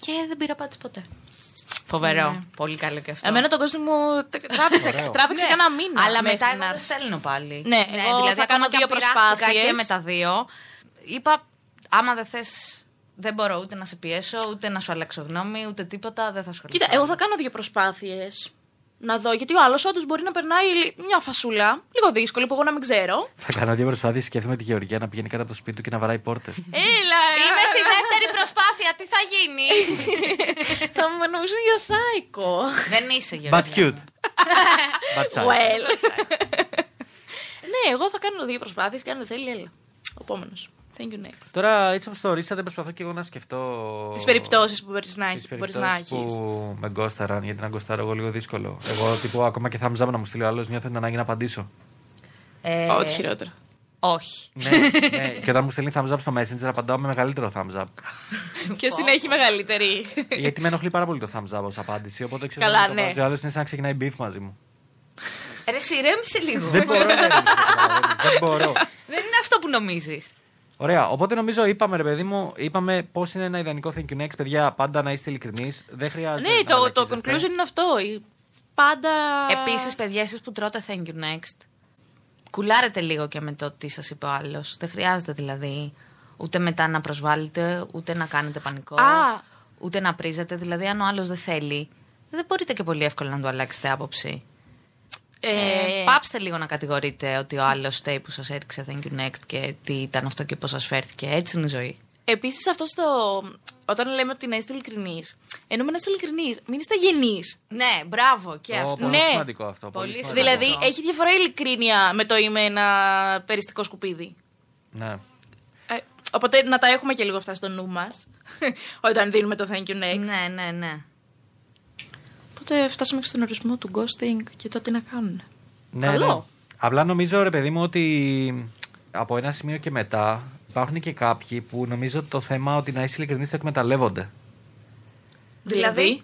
[SPEAKER 3] και δεν πήρα πάτη ποτέ. Ναι. Φοβερό. Πολύ καλό και αυτό.
[SPEAKER 4] Εμένα τον κόσμο μου τε- τράβηξε,
[SPEAKER 2] Ωραίο.
[SPEAKER 4] τράβηξε
[SPEAKER 3] Ναι.
[SPEAKER 4] κανένα μήνα.
[SPEAKER 3] Αλλά
[SPEAKER 4] μέχρι
[SPEAKER 3] μετά
[SPEAKER 4] να
[SPEAKER 3] εγώ δεν
[SPEAKER 4] έρθει.
[SPEAKER 3] στέλνω πάλι. δηλαδή
[SPEAKER 4] Ναι, εγώ θα
[SPEAKER 3] ακόμα
[SPEAKER 4] κάνω
[SPEAKER 3] και αν
[SPEAKER 4] δύο
[SPEAKER 3] πειράχτηκα Και
[SPEAKER 4] προσπάθειες.
[SPEAKER 3] με τα δύο. Είπα, άμα δεν θες, δεν μπορώ ούτε να σε πιέσω, ούτε να σου αλλάξω γνώμη, ούτε τίποτα, δεν θα ασχοληθώ.
[SPEAKER 4] Κοίτα, εγώ θα κάνω δύο προσπάθειες. Να δω, γιατί ο άλλος όντως μπορεί να περνάει λι- μια φασούλα, λίγο δύσκολη, που εγώ να μην ξέρω.
[SPEAKER 2] Θα κάνω δύο προσπάθειες. Σκέφτομαι τη Γεωργία να πηγαίνει κάτω από το σπίτι του και να βαράει πόρτες.
[SPEAKER 4] Έλα,
[SPEAKER 3] Είμαι στη δεύτερη προσπάθεια, τι θα γίνει.
[SPEAKER 4] Θα μου νομίζουν για σάικο.
[SPEAKER 3] δεν είσαι Γεωργία.
[SPEAKER 2] But cute. But sad.
[SPEAKER 4] Well. ναι, εγώ θα κάνω δύο προσπάθειες και αν δεν θέλει, έλα. Επόμενος. Thank you next.
[SPEAKER 2] Τώρα, έτσι όπω το ορίσατε, προσπαθώ και εγώ να σκεφτώ.
[SPEAKER 4] Τις περιπτώσεις που μπορείς να
[SPEAKER 2] τις
[SPEAKER 4] έχει. Μπορείς να
[SPEAKER 2] περιπτώσεις
[SPEAKER 4] έχεις.
[SPEAKER 2] που με γκώσταραν, γιατί να γκώσταρω εγώ λίγο δύσκολο. Εγώ, τύπου, ακόμα και thumbs up να μου στείλει ο άλλος, νιώθω την ανάγκη να απαντήσω.
[SPEAKER 3] Ε,
[SPEAKER 4] Ό,τι χειρότερο.
[SPEAKER 3] όχι.
[SPEAKER 2] ναι, ναι. Και όταν μου στέλνει thumbs up στο Messenger, απαντάω με μεγαλύτερο thumbs up.
[SPEAKER 4] Ποιο την έχει μεγαλύτερη.
[SPEAKER 2] γιατί με ενοχλεί πάρα πολύ το thumbs up ως απάντηση. Οπότε ξέρω
[SPEAKER 4] Καλά,
[SPEAKER 2] ότι
[SPEAKER 4] ναι.
[SPEAKER 2] το βάζει ο άλλος είναι σαν να ξεκινάει beef μαζί μου.
[SPEAKER 3] Ρε, εσύ ηρέμησε λίγο.
[SPEAKER 2] Δεν μπορώ. ρε, καταλαβαίνεις, Δεν μπορώ.
[SPEAKER 3] Δεν είναι αυτό που νομίζεις.
[SPEAKER 2] Ωραία. Οπότε νομίζω είπαμε, ρε παιδί μου, είπαμε πώς είναι ένα ιδανικό thank you next. Παιδιά, πάντα να είστε ειλικρινείς. Δεν χρειάζεται.
[SPEAKER 4] ναι,
[SPEAKER 2] να
[SPEAKER 4] το, το
[SPEAKER 2] βαλακίζεστε.
[SPEAKER 4] conclusion είναι αυτό. Η- Πάντα.
[SPEAKER 3] Επίσης, παιδιά, εσείς που τρώτε thank you next, κουλάρετε λίγο και με το τι σας είπε ο άλλος. Δεν χρειάζεται δηλαδή ούτε μετά να προσβάλλετε, ούτε να κάνετε πανικό,
[SPEAKER 4] Α.
[SPEAKER 3] ούτε να πρίζετε. Δηλαδή, αν ο άλλος δεν θέλει, δεν μπορείτε και πολύ εύκολα να του αλλάξετε άποψη. Ε,
[SPEAKER 4] Ε,
[SPEAKER 3] πάψτε λίγο να κατηγορείτε ότι ο άλλος φταίει που σας έριξε thank you next και τι ήταν αυτό και πώς σας φέρθηκε. Έτσι είναι η ζωή.
[SPEAKER 4] Επίσης, αυτό στο. Όταν λέμε ότι να είστε ειλικρινείς, εννοούμε να είστε ειλικρινείς. Μην είστε γενεί.
[SPEAKER 3] Ναι, μπράβο και
[SPEAKER 2] Ω,
[SPEAKER 3] αυτό.
[SPEAKER 2] Πολύ
[SPEAKER 4] Ναι.
[SPEAKER 2] σημαντικό αυτό. Πολύ
[SPEAKER 3] Πολύ
[SPEAKER 2] σημαντικό.
[SPEAKER 4] Δηλαδή,
[SPEAKER 3] Αυτό.
[SPEAKER 4] έχει διαφορά η ειλικρίνεια με το είμαι ένα περιστικό σκουπίδι.
[SPEAKER 2] Ναι.
[SPEAKER 4] Ε, οπότε να τα έχουμε και λίγο αυτά στο νου μας. όταν δίνουμε το thank you next.
[SPEAKER 3] Ναι, ναι, ναι.
[SPEAKER 4] Οπότε φτάσαμε και στον ορισμό του ghosting και το τι να κάνουν.
[SPEAKER 2] Ναι,
[SPEAKER 4] Καλό.
[SPEAKER 2] ναι. Απλά νομίζω, ρε παιδί μου, ότι από ένα σημείο και μετά υπάρχουν και κάποιοι που νομίζω το θέμα ότι να είσαι ειλικρινής το εκμεταλλεύονται.
[SPEAKER 3] Δηλαδή?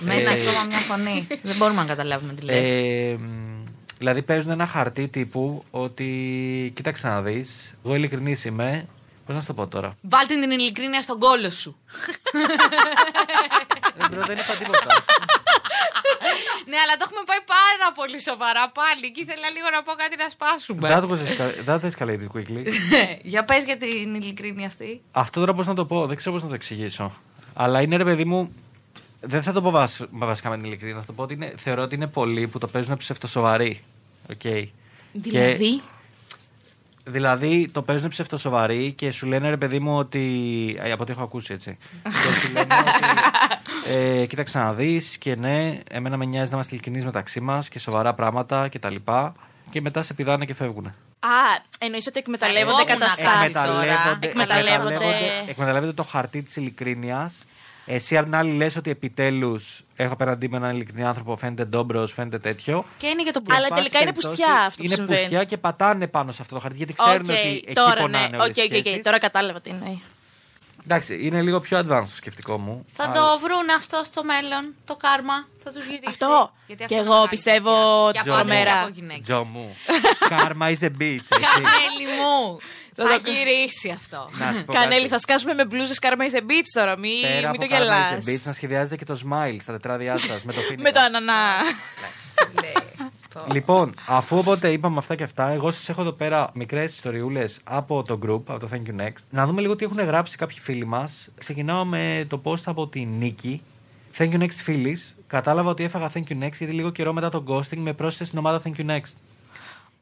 [SPEAKER 3] Με ένα
[SPEAKER 2] Ε.
[SPEAKER 3] στόμα, μια φωνή. δεν μπορούμε να καταλάβουμε τι λες.
[SPEAKER 2] Ε, μ, δηλαδή παίζουν ένα χαρτί τύπου ότι κοίταξε να δεις, εγώ ειλικρινής είμαι. Πώς να σου το πω τώρα.
[SPEAKER 3] Βάλτε την ειλικρίνεια στον κόλο σου.
[SPEAKER 2] Ρε μπρο, δεν είπα τίποτα.
[SPEAKER 3] ναι, αλλά το έχουμε πάει πάρα πολύ σοβαρά πάλι και ήθελα λίγο να πω κάτι να σπάσουμε.
[SPEAKER 2] That was esca- That escalated quickly.
[SPEAKER 3] Ναι, Για πες για την ειλικρίνεια αυτή.
[SPEAKER 2] Αυτό τώρα πώς να το πω, δεν ξέρω πώς να το εξηγήσω. Αλλά είναι ρε παιδί μου. Δεν θα το πω βασ... βασικά με την ειλικρίνεια. Θα το πω ότι είναι, θεωρώ ότι είναι πολλοί που το παίζουν ψευτοσοβαροί. Okay.
[SPEAKER 4] Δηλαδή.
[SPEAKER 2] Και, δηλαδή το παίζουν ψευτοσοβαροί και σου λένε ρε παιδί μου ότι. ε, Από ό,τι έχω ακούσει έτσι. και σου λένε ότι Ε, κοίταξε να δεις και ναι, εμένα με νοιάζει να είμαστε ειλικρινείς μεταξύ μας και σοβαρά πράγματα κτλ. Και, και μετά σε πηδάνε και φεύγουν.
[SPEAKER 4] Α, εννοείς ότι εκμεταλλεύονται
[SPEAKER 3] Φοβόμουν
[SPEAKER 4] καταστάσει.
[SPEAKER 3] κάτι τώρα.
[SPEAKER 2] Ε, Εκμεταλλεύονται,
[SPEAKER 4] Εκμεταλλεύονται.
[SPEAKER 2] εκμεταλλεύονται, εκμεταλλεύονται το χαρτί της ειλικρίνειας. Εσύ απ' την άλλη λες ότι επιτέλους έχω απέναντί με έναν ειλικρινή άνθρωπο, φαίνεται ντόμπρος, φαίνεται τέτοιο.
[SPEAKER 3] Και είναι για τον
[SPEAKER 4] Αλλά
[SPEAKER 3] πλούσιο.
[SPEAKER 2] Εν πάση
[SPEAKER 4] τελικά είναι
[SPEAKER 2] περιπτώσει,
[SPEAKER 4] πουστιά αυτό που
[SPEAKER 2] Είναι
[SPEAKER 4] συμβαίνει.
[SPEAKER 2] πουστιά και πατάνε πάνω σε αυτό το χαρτί γιατί ξέρουν
[SPEAKER 4] Οκ,
[SPEAKER 2] ότι εκεί
[SPEAKER 4] τώρα ναι.
[SPEAKER 2] πονάνε
[SPEAKER 4] Οκ,
[SPEAKER 2] όλες οι
[SPEAKER 4] οκ, οκ,
[SPEAKER 2] σχέσεις.
[SPEAKER 4] Τώρα κατάλαβα τι εννοεί.
[SPEAKER 2] Εντάξει, είναι λίγο πιο advanced το σκεπτικό μου.
[SPEAKER 3] Θα
[SPEAKER 2] αλλά-
[SPEAKER 3] το βρουν αυτό στο μέλλον, το κάρμα. Θα του γυρίσει.
[SPEAKER 4] Αυτό.
[SPEAKER 3] Γιατί
[SPEAKER 4] Και
[SPEAKER 3] είναι
[SPEAKER 4] εγώ
[SPEAKER 3] μεγάλη
[SPEAKER 4] πιστεύω
[SPEAKER 3] κουβέντα. Και από
[SPEAKER 2] Τζο
[SPEAKER 3] άντρες και
[SPEAKER 4] τρομερά.
[SPEAKER 3] από γυναίκες.
[SPEAKER 2] Τζο μου. Karma is a bitch. έτσι.
[SPEAKER 3] Κανέλη μου.
[SPEAKER 4] Θα
[SPEAKER 3] θα
[SPEAKER 4] το-
[SPEAKER 3] γυρίσει αυτό.
[SPEAKER 2] Να σου πω
[SPEAKER 4] Κανέλη,
[SPEAKER 2] κάτι.
[SPEAKER 4] θα σκάσουμε με μπλούζες Karma is a bitch τώρα. Μη,
[SPEAKER 2] Πέρα
[SPEAKER 4] μη το
[SPEAKER 2] από Karma
[SPEAKER 4] γελά.
[SPEAKER 2] is a bitch, να σχεδιάζετε και το smile στα τετράδια σας με το φίλο.
[SPEAKER 4] Με το ανανά.
[SPEAKER 3] Λέει, πω.
[SPEAKER 2] Λοιπόν, αφού οπότε είπαμε αυτά και αυτά, εγώ σας έχω εδώ πέρα μικρές ιστοριούλες από το group, από το Thank you Next. Να δούμε λίγο τι έχουν γράψει κάποιοι φίλοι μας. Ξεκινάω με το post από τη Νίκη. Thank you Next φίλης. Κατάλαβα ότι έφαγα Thank you Next γιατί λίγο καιρό μετά το ghosting με πρόσθεσε στην ομάδα Thank you Next.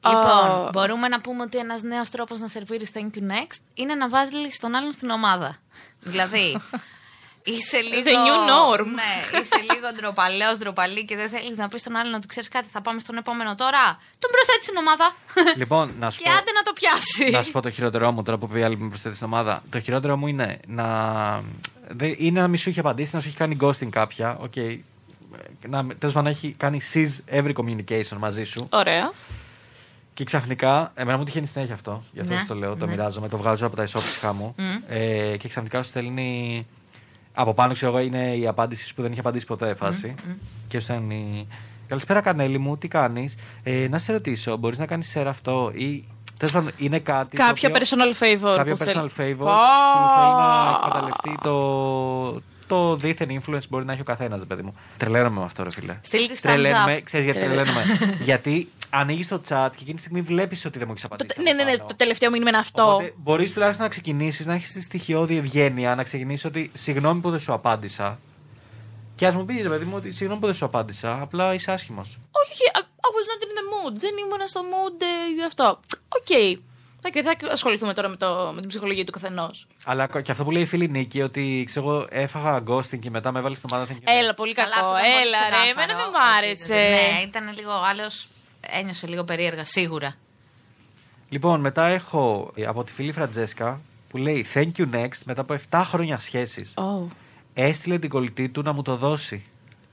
[SPEAKER 3] Λοιπόν,
[SPEAKER 4] Oh.
[SPEAKER 3] μπορούμε να πούμε ότι ένας νέος τρόπος να σερβίρεις thank you next είναι να βάζεις τον άλλον στην ομάδα. Δηλαδή, είσαι λίγο.
[SPEAKER 4] new norm.
[SPEAKER 3] Ναι, είσαι λίγο ντροπαλαίο, ντροπαλή και δεν θέλεις να πεις στον άλλον ότι ξέρεις κάτι, θα πάμε στον επόμενο τώρα. Τον προσθέτεις στην ομάδα.
[SPEAKER 2] λοιπόν, να σου
[SPEAKER 3] και
[SPEAKER 2] πω.
[SPEAKER 3] άντε να το πιάσει.
[SPEAKER 2] Να σου πω το χειρότερό μου τώρα που πει άλλη με προσθέτει στην ομάδα. Το χειρότερό μου είναι να. δε- είναι να μην σου έχει απαντήσει, να σου έχει κάνει ghosting κάποια. Οκ. Ε, Να, τέλος πάντων, να έχει κάνει seize every communication μαζί σου.
[SPEAKER 4] Ωραία.
[SPEAKER 2] Και ξαφνικά, εμένα μου τυχαίνει συνέχεια αυτό. Γι' αυτό
[SPEAKER 3] Ναι,
[SPEAKER 2] σου το λέω, το
[SPEAKER 3] ναι.
[SPEAKER 2] μοιράζομαι, το βγάζω από τα ισόψυχά μου.
[SPEAKER 3] Μμμ.
[SPEAKER 2] ε, και ξαφνικά σου στέλνει. Από πάνω, ξέρω εγώ, είναι η απάντηση σου που δεν είχε απαντήσει ποτέ φάση. Και σου στέλνει. Καλησπέρα, Κανέλη μου, τι κάνεις. Ε, να σε ρωτήσω, μπορείς να κάνεις σερ αυτό ή. Τέλος πάντων, είναι κάτι. το
[SPEAKER 4] Κάποιο
[SPEAKER 2] οποίο-
[SPEAKER 4] personal favor.
[SPEAKER 2] Κάποιο
[SPEAKER 4] που
[SPEAKER 2] personal
[SPEAKER 4] θέλει.
[SPEAKER 2] favor που θέλει
[SPEAKER 4] Πω.
[SPEAKER 2] να εκμεταλλευτεί το, το δίθεν influence μπορεί να έχει ο καθένας, παιδί μου. Τρελαίνομαι με αυτό, ρε φίλε.
[SPEAKER 3] Στείλ της thumbs
[SPEAKER 2] Τρελαίνομαι,
[SPEAKER 3] up.
[SPEAKER 2] ξέρεις γιατί τρελαίνομαι. γιατί ανοίγεις το chat και εκείνη τη στιγμή βλέπεις ότι δεν μου έχεις
[SPEAKER 4] Το-
[SPEAKER 2] απαντήσει.
[SPEAKER 4] Ναι, ναι, ναι, το τελευταίο μήνυμα είναι αυτό.
[SPEAKER 2] Οπότε μπορείς τουλάχιστον να ξεκινήσεις, να έχεις τη στοιχειώδη ευγένεια, να ξεκινήσεις ότι συγγνώμη που δεν σου απάντησα. Και ας μου πεις, ρε παιδί μου, ότι συγγνώμη που δεν σου απάντησα, απλά είσαι άσχημος.
[SPEAKER 4] Όχι, όχι, I I was not in the mood. Δεν ήμουν στο mood ε, γι' αυτό. Οκ. Εντάξει, δεν θα ασχοληθούμε τώρα με, το, με την ψυχολογία του καθενός.
[SPEAKER 2] Αλλά και αυτό που λέει η φίλη Νίκη, ότι ξέρω εγώ, έφαγα ghosting και μετά με έβαλες στο μάτι.
[SPEAKER 4] Έλα, πολύ
[SPEAKER 3] Καλά,
[SPEAKER 4] κακό.
[SPEAKER 3] αυτό ήταν πολύ
[SPEAKER 4] Έλα, ρε,
[SPEAKER 3] ξεκάθαρο
[SPEAKER 4] εμένα δεν μ'
[SPEAKER 3] ότι-
[SPEAKER 4] άρεσε.
[SPEAKER 3] Ναι, ήταν λίγο άλλος. Ένιωσε λίγο περίεργα, σίγουρα.
[SPEAKER 2] Λοιπόν, μετά έχω ε, από τη φίλη Φραντζέσκα που λέει Thank you next μετά από 7 χρόνια σχέσεις
[SPEAKER 4] Oh.
[SPEAKER 2] Έστειλε την κολλητή του να μου το δώσει.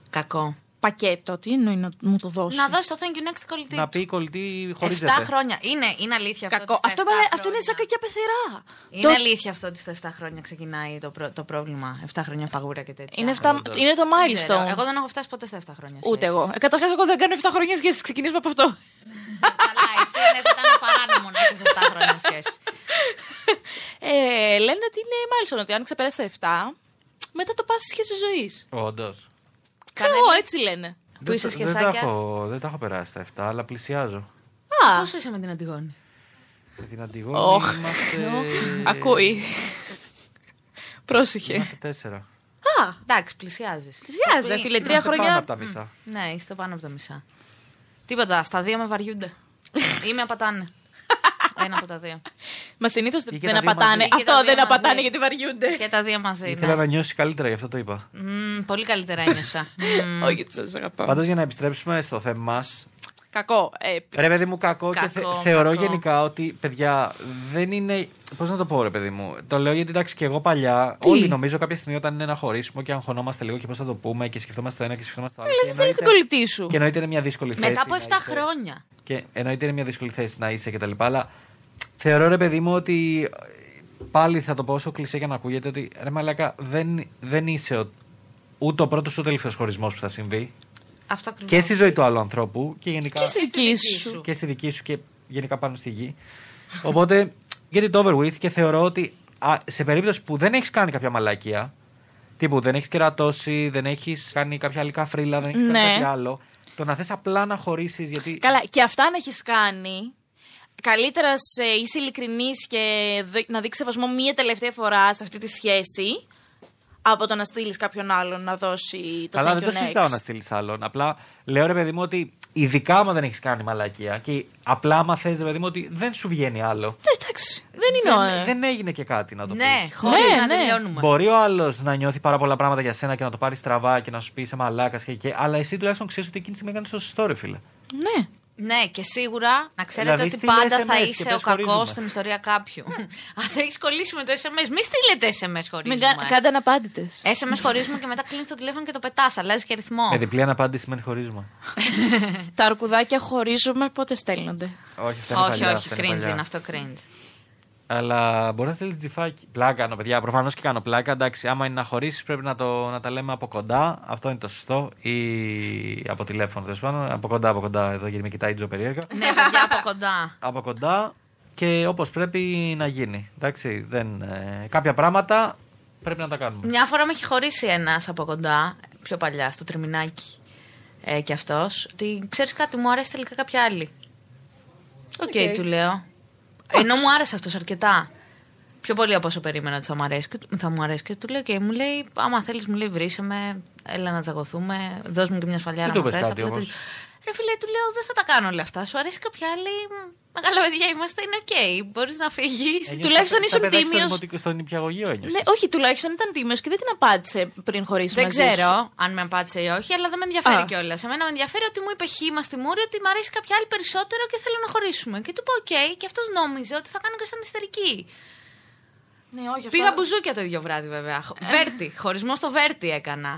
[SPEAKER 3] Κακό.
[SPEAKER 4] Πακέτο, τι εννοεί να μου το δώσεις.
[SPEAKER 3] Να δώσει το thank you next κολλητή.
[SPEAKER 2] Να πει η κολλητή
[SPEAKER 3] 7
[SPEAKER 2] χωρίζεται.
[SPEAKER 3] χρόνια. Είναι, είναι αλήθεια αυτό.
[SPEAKER 4] Κακό.
[SPEAKER 3] ότι στα
[SPEAKER 4] Αυτό,
[SPEAKER 3] 7
[SPEAKER 4] βέβαια, αυτό είναι
[SPEAKER 3] χρόνια-
[SPEAKER 4] σαν κακιά πεθερά.
[SPEAKER 3] Είναι
[SPEAKER 4] Το-
[SPEAKER 3] αλήθεια αυτό ότι στα 7 χρόνια ξεκινάει το, προ- το πρόβλημα. 7 χρόνια φαγούρα και τέτοια.
[SPEAKER 4] είναι,
[SPEAKER 2] Όντως.
[SPEAKER 4] αυτά, είναι το
[SPEAKER 3] Δεν ξέρω.
[SPEAKER 4] milestone.
[SPEAKER 3] Εγώ δεν έχω φτάσει ποτέ στα 7 χρόνια.
[SPEAKER 4] Ούτε
[SPEAKER 3] σχέσης.
[SPEAKER 4] εγώ. Ε, Καταρχάς, εγώ δεν κάνω 7 χρόνια σχέση. Ξεκινήσουμε από αυτό.
[SPEAKER 3] Καλά, εσύ δεν θα ήταν παράνομο να έχεις 7 χρόνια σχέση.
[SPEAKER 4] Ε, λένε ότι είναι milestone, ότι αν ξεπεράσει τα 7, μετά το πας στη σχέση ζωής.
[SPEAKER 2] Όντως.
[SPEAKER 4] Ξέρω εγώ, έτσι λένε.
[SPEAKER 3] Που είσαι
[SPEAKER 2] δεν, τα
[SPEAKER 3] σχεσάκιας.
[SPEAKER 2] έχω, δεν τα έχω περάσει τα 7, αλλά πλησιάζω.
[SPEAKER 4] Α,
[SPEAKER 3] Πόσο είσαι με την Αντιγόνη.
[SPEAKER 2] Με την Αντιγόνη
[SPEAKER 4] Οχ.
[SPEAKER 2] είμαστε.
[SPEAKER 4] ακούει. Πρόσεχε.
[SPEAKER 2] Είμαστε τέσσερα.
[SPEAKER 4] Α,
[SPEAKER 3] Εντάξει, πλησιάζεις.
[SPEAKER 4] Πλησιάζει, ρε φίλε, τρία
[SPEAKER 2] Είμαστε Πάνω
[SPEAKER 4] χρόνια.
[SPEAKER 2] από τα μισά.
[SPEAKER 3] Ναι, είστε πάνω από τα μισά. Τίποτα, στα δύο με βαριούνται. Ή με απατάνε. Ένα από τα δύο.
[SPEAKER 4] Μα συνήθως
[SPEAKER 2] Ή και
[SPEAKER 4] δεν
[SPEAKER 2] τα δύο μαζί.
[SPEAKER 4] απατάνε.
[SPEAKER 2] Ή
[SPEAKER 3] και τα
[SPEAKER 4] Αυτό
[SPEAKER 3] δύο
[SPEAKER 4] δεν
[SPEAKER 3] μαζί.
[SPEAKER 4] απατάνε γιατί βαριούνται.
[SPEAKER 3] Και τα δύο μαζί.
[SPEAKER 2] Ήθελα
[SPEAKER 3] Ναι.
[SPEAKER 2] να νιώσει καλύτερα, γι' αυτό το είπα.
[SPEAKER 3] Μμμ, πολύ καλύτερα ένιωσα. Μμμ.
[SPEAKER 4] Όχι, τι σα αγαπάω.
[SPEAKER 2] Πάντως για να επιστρέψουμε στο θέμα μας,
[SPEAKER 4] Κακό. ε, π-
[SPEAKER 2] Ρε παιδί μου, κακό, και θε-
[SPEAKER 3] Κακό,
[SPEAKER 2] θεωρώ
[SPEAKER 3] κακό.
[SPEAKER 2] γενικά ότι παιδιά δεν είναι. Πώς να το πω, ρε παιδί μου. Το λέω γιατί εντάξει και εγώ παλιά. Όλοι νομίζω κάποια στιγμή όταν είναι να χωρίσουμε και αγχωνόμαστε λίγο και πώς θα το πούμε και σκεφτόμαστε το ένα και σκεφτόμαστε το άλλο.
[SPEAKER 4] Δηλαδή
[SPEAKER 2] και
[SPEAKER 4] δεν θέλεις την
[SPEAKER 2] εννοείται-
[SPEAKER 4] κολλητή σου.
[SPEAKER 2] Και εννοείται είναι μια δύσκολη θέση.
[SPEAKER 3] Μετά από
[SPEAKER 2] να
[SPEAKER 3] 7
[SPEAKER 2] είσαι-
[SPEAKER 3] χρόνια.
[SPEAKER 2] Και εννοείται είναι μια δύσκολη θέση να είσαι κτλ. Αλλά θεωρώ, ρε παιδί μου, ότι πάλι θα το πω όσο κλεισέ για να ακούγεται ότι ρε Μαλάκα δεν, δεν είσαι ο- ούτε ο πρώτος ούτε ο τελευταίος χωρισμός που θα συμβεί.
[SPEAKER 3] Αυτό ακριβώς.
[SPEAKER 2] Και στη ζωή του άλλου ανθρώπου και γενικά
[SPEAKER 4] Ναι. Και στη δική σου.
[SPEAKER 2] και στη δική σου και γενικά πάνω στη γη. Οπότε, get it over with και θεωρώ ότι α, σε περίπτωση που δεν έχεις κάνει κάποια μαλακία, τύπου δεν έχεις κερατώσει, δεν έχεις κάνει κάποια άλλη καφρίλα, δεν έχεις
[SPEAKER 4] Ναι.
[SPEAKER 2] κάνει κάτι άλλο, το να θες απλά να χωρίσεις γιατί.
[SPEAKER 4] Καλά, και αυτά να έχεις κάνει. Καλύτερα σε, είσαι ειλικρινής και δο- να δείξει σεβασμό μία τελευταία φορά σε αυτή τη σχέση. από το να στείλεις κάποιον άλλον να δώσει το
[SPEAKER 2] Καλά,
[SPEAKER 4] thank
[SPEAKER 2] δεν το
[SPEAKER 4] you next.
[SPEAKER 2] συζητάω να στείλεις άλλον. Απλά λέω ρε παιδί μου ότι ειδικά άμα δεν έχεις κάνει μαλακία και απλά άμα θες, ρε παιδί μου, ότι δεν σου βγαίνει άλλο.
[SPEAKER 4] Ναι, εντάξει. Δεν είναι.
[SPEAKER 2] Δεν,
[SPEAKER 4] ε.
[SPEAKER 2] δεν έγινε και κάτι να το πει.
[SPEAKER 3] Ναι, χωρίς
[SPEAKER 4] Ναι,
[SPEAKER 3] να
[SPEAKER 4] ναι.
[SPEAKER 3] τελειώνουμε.
[SPEAKER 2] Μπορεί ο άλλος να νιώθει πάρα πολλά πράγματα για σένα και να το πάρεις στραβά και να σου πει σε μαλάκας και, και αλλά εσύ τουλάχιστον ξέρεις ότι εκείνη τη στιγμή έκανες το σωστό, ρε φίλε.
[SPEAKER 4] Ναι.
[SPEAKER 3] Ναι, και σίγουρα να ξέρετε
[SPEAKER 2] Δηλαδή,
[SPEAKER 3] ότι
[SPEAKER 2] στείλε
[SPEAKER 3] πάντα θα
[SPEAKER 2] SMS και
[SPEAKER 3] είσαι
[SPEAKER 2] πες
[SPEAKER 3] ο κακός
[SPEAKER 2] χωρίζουμε.
[SPEAKER 3] στην ιστορία κάποιου. Αν θα έχεις κολλήσει με το SMS, μη στείλετε SMS
[SPEAKER 4] Μην
[SPEAKER 3] χωρίζουμε.
[SPEAKER 4] κα- κάντε αναπάντητες.
[SPEAKER 2] Ε.
[SPEAKER 3] SMS χωρίζουμε και μετά κλείνεις το τηλέφωνο και το πετάς. Αλλάζει και ρυθμό.
[SPEAKER 2] Με διπλή αναπάντηση σημαίνει χωρίζουμε.
[SPEAKER 4] Τα αρκουδάκια χωρίζουμε πότε στέλνονται.
[SPEAKER 2] όχι, αυτά είναι
[SPEAKER 3] όχι,
[SPEAKER 2] παλιά,
[SPEAKER 3] όχι,
[SPEAKER 2] αυτά είναι
[SPEAKER 3] cringe
[SPEAKER 2] παλιά.
[SPEAKER 3] είναι αυτό cringe.
[SPEAKER 2] Αλλά μπορεί να στείλεις τζιφάκι. Πλάκα κάνω, παιδιά. Προφανώς και κάνω πλάκα. Εντάξει, άμα είναι να χωρίσεις, πρέπει να, το, να τα λέμε από κοντά. Αυτό είναι το σωστό. Ή από τηλέφωνο, τέλος πάντων. Από κοντά, από κοντά. Εδώ γιατί με κοιτάει η Τζο περίεργα.
[SPEAKER 3] ναι, παιδιά από κοντά.
[SPEAKER 2] από κοντά και όπως πρέπει να γίνει. Εντάξει, δεν, ε, κάποια πράγματα πρέπει να τα
[SPEAKER 4] Ναι,
[SPEAKER 2] κάνουμε.
[SPEAKER 3] Μια φορά με έχει χωρίσει ένας από κοντά, πιο παλιά, στο τριμινάκι. Ε, κι αυτός. Ότι ξέρεις κάτι, μου αρέσει τελικά κάποια άλλη. Οκ,
[SPEAKER 4] Οκ.
[SPEAKER 3] του λέω. Ενώ μου άρεσε αυτός αρκετά. Πιο πολύ από όσο περίμενα ότι θα μου αρέσει. Και του- Θα μου αρέσει και του λέω και μου λέει: Άμα θέλεις, μου λέει, βρήσε με, έλα να τζαγωθούμε, δώσ' μου και μια σφαλιάρα
[SPEAKER 2] Δεν του
[SPEAKER 3] να
[SPEAKER 2] πες
[SPEAKER 3] θες.
[SPEAKER 2] κάτι,
[SPEAKER 3] Απλά
[SPEAKER 2] όμως.
[SPEAKER 3] του- Ρε φίλε, του λέω: Δεν θα τα κάνω όλα αυτά. Σου αρέσει κάποια άλλη. μ, Μεγάλα παιδιά είμαστε, είναι οκ. Μπορείς να φύγεις.
[SPEAKER 2] Ένιωσα
[SPEAKER 4] τουλάχιστον
[SPEAKER 2] τα- τα
[SPEAKER 4] ήσουν
[SPEAKER 2] παιδάκια
[SPEAKER 4] τίμιος.
[SPEAKER 2] στο δημοτικό- Στον νηπιαγωγείο ένιωσα.
[SPEAKER 4] Ναι, όχι, τουλάχιστον ήταν τίμιος και δεν την απάντησε πριν χωρίσουμε.
[SPEAKER 3] Δεν ξέρω αν με απάντησε ή όχι, αλλά δεν με
[SPEAKER 4] Α.
[SPEAKER 3] ενδιαφέρει κιόλας. Εμένα με ενδιαφέρει ότι μου είπε χήμα στη μούρη ότι μου αρέσει κάποια άλλη περισσότερο και θέλω να χωρίσουμε. Και του είπα, οκ, και αυτός νόμιζε ότι θα κάνω και σαν ιστερική.
[SPEAKER 4] Ναι, όχι,
[SPEAKER 3] Πήγα μπουζούκια το ίδιο βράδυ, βέβαια. Χο- Βέρτι, χωρισμός στο Βέρτι έκανα.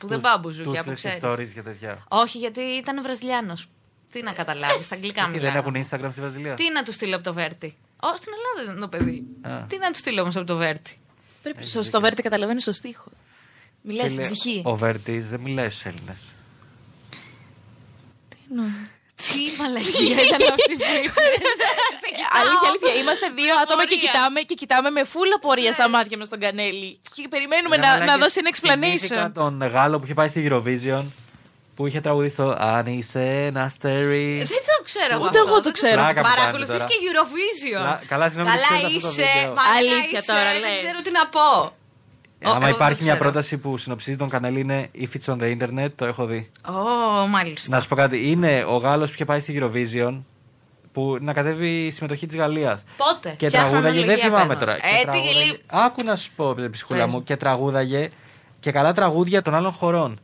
[SPEAKER 3] Που δεν πάω μπουζούκια, που
[SPEAKER 2] Τους
[SPEAKER 3] ξέρει.
[SPEAKER 2] λες stories και τέτοια.
[SPEAKER 3] Όχι, γιατί ήταν Βραζιλιάνος. Τι να καταλάβεις, στα αγγλικά
[SPEAKER 2] Τι δεν
[SPEAKER 3] μιλάω.
[SPEAKER 2] έχουν Instagram στη Βραζιλία.
[SPEAKER 3] Τι να τους στείλω από το Βέρτι. Ω, στην Ελλάδα ήταν το παιδί.
[SPEAKER 2] Α.
[SPEAKER 3] Τι να τους στείλω όμως από το Βέρτι.
[SPEAKER 4] Πρέπει στο Βέρτε καταλαβαίνεις το στίχο. Μιλάει στην
[SPEAKER 2] Ε, Φίλε,
[SPEAKER 4] ψυχή.
[SPEAKER 2] Ο Βέρτης δεν μιλάει στου Έλληνες.
[SPEAKER 3] Τι μαλακία ήταν αυτή που είπες. Σε κοιτάω.
[SPEAKER 4] Αλήθεια, αλήθεια. Είμαστε δύο
[SPEAKER 3] Με
[SPEAKER 4] άτομα και
[SPEAKER 3] απορία.
[SPEAKER 4] κοιτάμε, και κοιτάμε με φούλα απορία στα μάτια μας τον Κανέλη. Και περιμένουμε
[SPEAKER 2] Ε,
[SPEAKER 4] να, να δώσει ένα explanation.
[SPEAKER 2] Θυμήθηκα τον Γάλλο που είχε πάει στη Eurovision που είχε τραγουδίσει το Αν είσαι ένα αστέρι.
[SPEAKER 3] Ε, Δεν το ξέρω
[SPEAKER 4] Ούτε εγώ το
[SPEAKER 3] δεν
[SPEAKER 4] ξέρω.
[SPEAKER 2] Πλάκα μου
[SPEAKER 3] Παρακολουθείς
[SPEAKER 2] κάνετε
[SPEAKER 3] και Eurovision.
[SPEAKER 2] Λα- καλά, συγγνώμη, δεν
[SPEAKER 3] Καλά
[SPEAKER 2] ξέρω αυτό το
[SPEAKER 3] είσαι.
[SPEAKER 2] βίντεο.
[SPEAKER 3] μαλάκα
[SPEAKER 4] Αλήθεια
[SPEAKER 3] είσαι,
[SPEAKER 4] τώρα,
[SPEAKER 3] Δεν
[SPEAKER 4] λες.
[SPEAKER 3] ξέρω τι να πω. Ω, εγώ
[SPEAKER 2] Ε, Άμα
[SPEAKER 3] δεν
[SPEAKER 2] υπάρχει
[SPEAKER 3] το
[SPEAKER 2] μια
[SPEAKER 3] ξέρω.
[SPEAKER 2] πρόταση που συνοψίζει τον κανάλι είναι If it's on the internet, το έχω δει.
[SPEAKER 3] Ω, μάλιστα.
[SPEAKER 2] Να σου πω κάτι. Είναι ο Γάλλος που είχε πάει στη Eurovision που να κατέβει η συμμετοχή της Γαλλίας.
[SPEAKER 3] Πότε.
[SPEAKER 2] Και
[SPEAKER 3] Ποια
[SPEAKER 2] τραγούδαγε. Δεν
[SPEAKER 3] χρονολογία
[SPEAKER 2] θυμάμαι
[SPEAKER 3] παίζουν?
[SPEAKER 2] τώρα. Και
[SPEAKER 3] Ε, τι
[SPEAKER 2] τραγούδαγε-
[SPEAKER 3] γελί-
[SPEAKER 2] Άκου να σου πω, ρε ψυχούλα
[SPEAKER 3] Πες.
[SPEAKER 2] μου. Και τραγούδαγε και καλά τραγούδια των άλλων χωρών.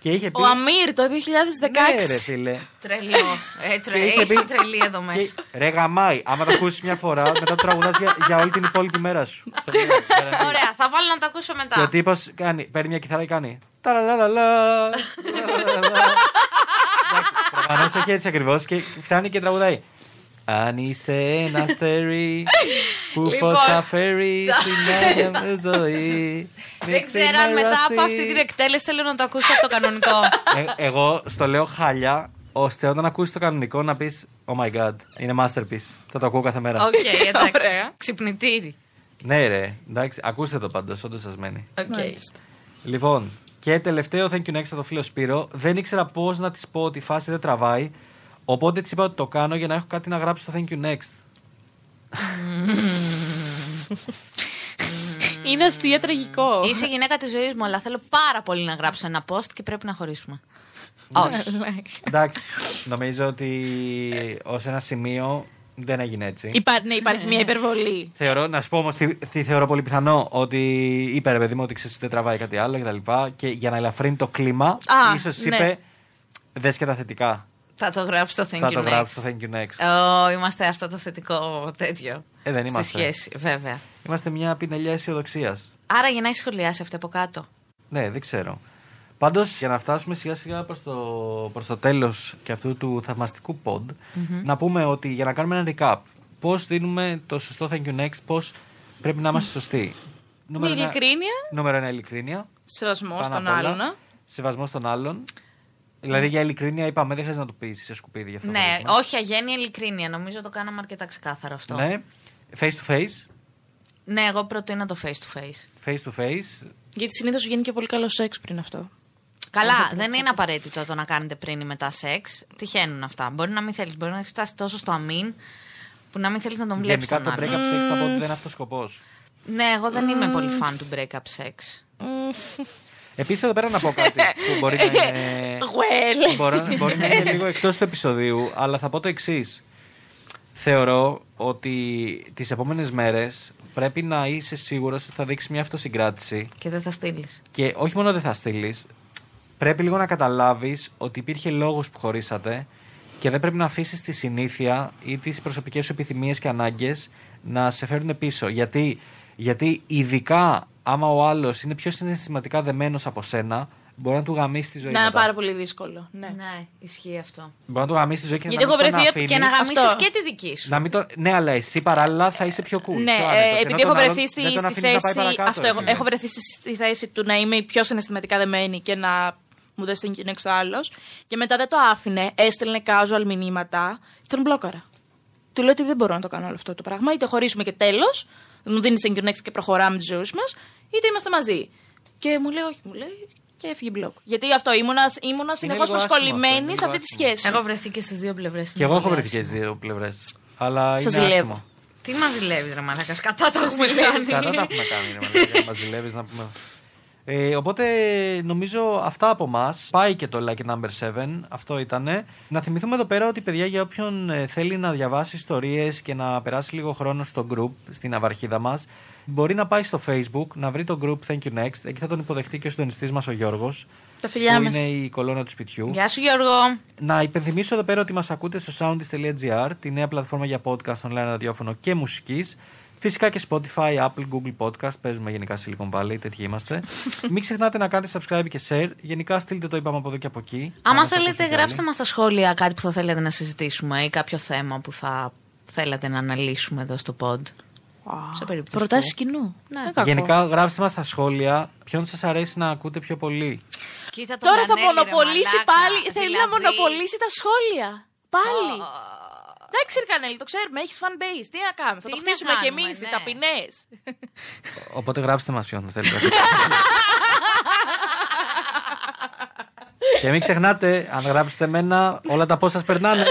[SPEAKER 2] Και είχε πει.
[SPEAKER 4] Ο Αμύρ το 2016.
[SPEAKER 2] Ναι, ρε φίλε.
[SPEAKER 3] Τρελό. Ε, τρε-
[SPEAKER 2] Και είχε
[SPEAKER 3] Είσαι
[SPEAKER 2] πει-
[SPEAKER 3] τρελή εδώ μέσα.
[SPEAKER 2] Και- Ρε γαμάι, άμα το ακούσεις μια φορά, μετά το τραγουδάς για, για όλη την υπόλοιπη μέρα σου. Στο λέω, παραδείγμα.
[SPEAKER 3] Ωραία, θα βάλω να τα ακούσω
[SPEAKER 2] Και ο
[SPEAKER 3] μετά.
[SPEAKER 2] τύπος κάνει, παίρνει μια κιθάρα και κάνει. Ταραλαλαλα. Προφανώς όχι έτσι ακριβώς και φτάνει και τραγουδάει. Αν είστε ένα αστέρι που
[SPEAKER 3] Λοιπόν,
[SPEAKER 2] φωτά φέρει
[SPEAKER 3] τα-
[SPEAKER 2] στην άγια μου ζωή.
[SPEAKER 3] Δεν ξέρω αν μετά από αυτή την εκτέλεση θέλω να το ακούσω από το κανονικό.
[SPEAKER 2] εκτέλεση. Ε, Εγώ στο λέω χάλια, ώστε όταν ακούσεις το κανονικό να πεις Oh my god, είναι masterpiece. Θα το ακούω κάθε μέρα.
[SPEAKER 3] Οκ, εντάξει.
[SPEAKER 4] Ωραία.
[SPEAKER 3] Ξυπνητήρι.
[SPEAKER 2] Ναι, ρε, εντάξει, ακούστε το πάντως, όντως σας μένει.
[SPEAKER 3] Οκ.
[SPEAKER 2] Λοιπόν, και τελευταίο thank you next από το φίλο Σπύρο. Δεν ήξερα πώς να της πω ότι η φάση δεν τραβάει. Οπότε της είπα ότι το κάνω για να έχω κάτι να γράψω στο thank you next.
[SPEAKER 4] Είναι αστεία τραγικό.
[SPEAKER 3] Είσαι γυναίκα της ζωής μου, αλλά θέλω πάρα πολύ να γράψω ένα post και πρέπει να χωρίσουμε.
[SPEAKER 2] Ναι.
[SPEAKER 3] Όχι.
[SPEAKER 2] Εντάξει. νομίζω ότι ως ένα σημείο δεν έγινε έτσι.
[SPEAKER 4] Υπά- ναι, υπάρχει μια υπερβολή.
[SPEAKER 2] Θεωρώ, να σου πω όμως τι, τι θεωρώ πολύ πιθανό. Ότι είπε ρε παιδί μου ότι ξέρεις δεν τραβάει κάτι άλλο κτλ. Και, τα λοιπά, και για να ελαφρύνει το κλίμα,
[SPEAKER 4] Α,
[SPEAKER 2] ίσως
[SPEAKER 4] ναι.
[SPEAKER 2] είπε δες και τα θετικά.
[SPEAKER 3] Θα το γράψω στο Thank
[SPEAKER 2] Θα
[SPEAKER 3] you
[SPEAKER 2] το
[SPEAKER 3] next. Ε,
[SPEAKER 2] γράψω στο thank you next.
[SPEAKER 3] Ω, είμαστε αυτό το θετικό τέτοιο.
[SPEAKER 2] Ε, δεν
[SPEAKER 3] Στη
[SPEAKER 2] είμαστε.
[SPEAKER 3] σχέση, βέβαια.
[SPEAKER 2] Είμαστε μια πινελιά αισιοδοξίας.
[SPEAKER 3] Άρα για να έχει σχολιάσει αυτή από κάτω.
[SPEAKER 2] Ναι, δεν ξέρω. Πάντως, για να φτάσουμε σιγά σιγά προς το, προς το τέλος και αυτού του θαυμαστικού pod, να πούμε ότι για να κάνουμε ένα recap, πώς δίνουμε το σωστό thank you next, πώς πρέπει να είμαστε σωστοί.
[SPEAKER 4] Με
[SPEAKER 2] ένα-
[SPEAKER 4] ειλικρίνεια,
[SPEAKER 2] Νούμερο ένα, ειλικρίνεια.
[SPEAKER 4] σεβασμό
[SPEAKER 2] πάνω
[SPEAKER 4] στον
[SPEAKER 2] απ' όλα.
[SPEAKER 4] άλλον.
[SPEAKER 2] Σεβασμό των άλλων. Δηλαδή, για ειλικρίνεια είπαμε, δεν χρειάζεται να το πεις σε σκουπίδι γι' αυτό. το
[SPEAKER 3] ναι,
[SPEAKER 2] πράγμα.
[SPEAKER 3] όχι αγένεια, ειλικρίνεια. Νομίζω το κάναμε αρκετά ξεκάθαρο αυτό.
[SPEAKER 2] Ναι. Face to face.
[SPEAKER 3] Ναι, εγώ προτείνω το face to face.
[SPEAKER 2] Face to face.
[SPEAKER 4] Γιατί συνήθως γίνει και πολύ καλό σεξ πριν αυτό.
[SPEAKER 3] Καλά, δεν είναι απαραίτητο το να κάνετε πριν ή μετά σεξ. Τυχαίνουν αυτά. Μπορεί να μην θέλεις, μπορεί να έχεις φτάσει τόσο στο αμήν Που να μην θέλεις να τον βλέπεις
[SPEAKER 2] Γενικά
[SPEAKER 3] τον
[SPEAKER 2] το break-up
[SPEAKER 3] άλλον.
[SPEAKER 2] sex θα πω ότι δεν είναι αυτός ο σκοπός.
[SPEAKER 3] Ναι, εγώ δεν είμαι πολύ fan του break-up sex.
[SPEAKER 2] Επίσης εδώ πέρα να πω κάτι που μπορεί να είναι.
[SPEAKER 4] Well.
[SPEAKER 2] μπορεί, μπορεί να είναι λίγο εκτός του επεισοδίου, αλλά θα πω το εξής. Θεωρώ ότι τις επόμενες μέρες πρέπει να είσαι σίγουρος ότι θα δείξεις μια αυτοσυγκράτηση
[SPEAKER 3] Και δεν θα στείλεις.
[SPEAKER 2] και όχι μόνο δεν θα στείλεις, πρέπει λίγο να καταλάβεις ότι υπήρχε λόγος που χωρίσατε και δεν πρέπει να αφήσεις τη συνήθεια ή τις προσωπικές σου επιθυμίες και ανάγκες να σε φέρουν πίσω. Γιατί, γιατί ειδικά άμα ο άλλος είναι πιο συναισθηματικά δεμένος από σένα, μπορεί να του γαμίσει τη ζωή.
[SPEAKER 4] Να είναι
[SPEAKER 2] μετά.
[SPEAKER 4] πάρα πολύ δύσκολο. Ναι.
[SPEAKER 3] Ναι, ισχύει αυτό.
[SPEAKER 2] Μπορεί να του γαμίσει τη ζωή και
[SPEAKER 4] Γιατί
[SPEAKER 2] να μην
[SPEAKER 4] έχω
[SPEAKER 2] τον
[SPEAKER 4] βρεθεί-
[SPEAKER 2] αφήνεις.
[SPEAKER 3] Και να γαμίσεις
[SPEAKER 4] Αυτό.
[SPEAKER 3] και τη δική σου.
[SPEAKER 2] Να μην τον- Ναι, αλλά εσύ παράλληλα θα είσαι πιο cool.
[SPEAKER 4] Ναι,
[SPEAKER 2] πιο
[SPEAKER 4] ε,
[SPEAKER 2] άνετος, ενώ
[SPEAKER 4] επειδή
[SPEAKER 2] τον
[SPEAKER 4] έχω
[SPEAKER 2] άλλον
[SPEAKER 4] βρεθεί στη,
[SPEAKER 2] δεν τον
[SPEAKER 4] στη
[SPEAKER 2] αφήνεις να πάει
[SPEAKER 4] θέση.
[SPEAKER 2] παρακάτω,
[SPEAKER 4] αυτό, έχω,
[SPEAKER 2] έτσι.
[SPEAKER 4] έχω βρεθεί στη, στη θέση του να είμαι η πιο συναισθηματικά δεμένη και να μου δώσει την κοινή ο άλλος. Και μετά δεν το άφηνε, έστελνε casual μηνύματα. Τον μπλόκαρα. Του λέω ότι δεν μπορώ να το κάνω όλο αυτό το πράγμα. Είτε χωρίσουμε και τέλος, μου δίνεις την next και προχωράμε τις ζωές μας, είτε είμαστε μαζί. Και μου λέει, όχι, μου λέει, και έφυγε μπλοκ. Γιατί αυτό ήμουνας, ήμουνας συνεχώς
[SPEAKER 2] λίγο άσχημο αυτό, είναι
[SPEAKER 4] προσκολλημένη σε
[SPEAKER 2] λίγο
[SPEAKER 4] αυτή τη
[SPEAKER 2] άσχημο.
[SPEAKER 4] σχέση.
[SPEAKER 3] Εγώ βρεθεί και στις δύο πλευρές.
[SPEAKER 2] Και εγώ έχω βρεθεί και στις δύο πλευρές. Αλλά
[SPEAKER 4] Σας
[SPEAKER 2] είναι
[SPEAKER 4] ζηλεύω.
[SPEAKER 2] άσχημο.
[SPEAKER 3] Τι μας δουλεύει, ρε Μαλάκας, κατά το έχουμε κάνει.
[SPEAKER 2] Καλά τα έχουμε κάνει, ρε μαλάκα, μας ζηλεύεις να πούμε. Ε, οπότε νομίζω αυτά από εμά. Πάει και το Like Number 7. Αυτό ήταν. Να θυμηθούμε εδώ πέρα ότι παιδιά για όποιον ε, θέλει να διαβάσει ιστορίες και να περάσει λίγο χρόνο στο group, στην αυαρχίδα μας, μπορεί να πάει στο Facebook, να βρει το group Thank you Next. Εκεί θα τον υποδεχτεί και ο συντονιστής μας ο Γιώργος.
[SPEAKER 4] Τα
[SPEAKER 2] Που
[SPEAKER 4] φιλιά μας.
[SPEAKER 2] είναι η κολόνα του σπιτιού.
[SPEAKER 3] Γεια σου, Γιώργο.
[SPEAKER 2] Να υπενθυμίσω εδώ πέρα ότι μας ακούτε στο soundis.gr, τη νέα πλατφόρμα για podcast, online ραδιόφωνο και μουσικής. Φυσικά και Spotify, Apple, Google Podcast, παίζουμε γενικά Silicon Valley, τέτοιοι είμαστε. Μην ξεχνάτε να κάνετε subscribe και share. Γενικά στείλτε το είπαμε από εδώ και από εκεί. Να
[SPEAKER 3] Άμα
[SPEAKER 2] μας ακούσουν κι
[SPEAKER 3] θέλετε,
[SPEAKER 2] άλλοι.
[SPEAKER 3] γράψτε μας στα σχόλια κάτι που θα θέλετε να συζητήσουμε ή κάποιο θέμα που θα θέλατε να αναλύσουμε εδώ στο pod. Σε περίπτωση
[SPEAKER 4] Προτάσει
[SPEAKER 3] που.
[SPEAKER 4] κοινού.
[SPEAKER 3] Ναι.
[SPEAKER 4] Δεν κακό.
[SPEAKER 2] Γενικά γράψτε μας στα σχόλια ποιον σας αρέσει να ακούτε πιο πολύ.
[SPEAKER 3] Κοίτα τον
[SPEAKER 4] Τώρα θα
[SPEAKER 3] Ντανέλη, ρε
[SPEAKER 4] μονοπολίσει
[SPEAKER 3] μαλάκα.
[SPEAKER 4] πάλι. Θέλει να
[SPEAKER 3] Δηλαδή,
[SPEAKER 4] μονοπολίσει τα σχόλια. Πάλι. Εντάξει, Ρικανέλη, το ξέρουμε. Έχεις fan base. Τι να κάνουμε. Θα
[SPEAKER 3] Τι
[SPEAKER 4] το
[SPEAKER 3] να
[SPEAKER 4] χτίσουμε κι
[SPEAKER 3] κάνουμε,
[SPEAKER 4] εμείς
[SPEAKER 3] ναι.
[SPEAKER 4] οι ταπεινές.
[SPEAKER 2] Οπότε γράψτε μας ποιον θέλετε. και μην ξεχνάτε, αν γράψετε εμένα, όλα τα πώς σας περνάνε.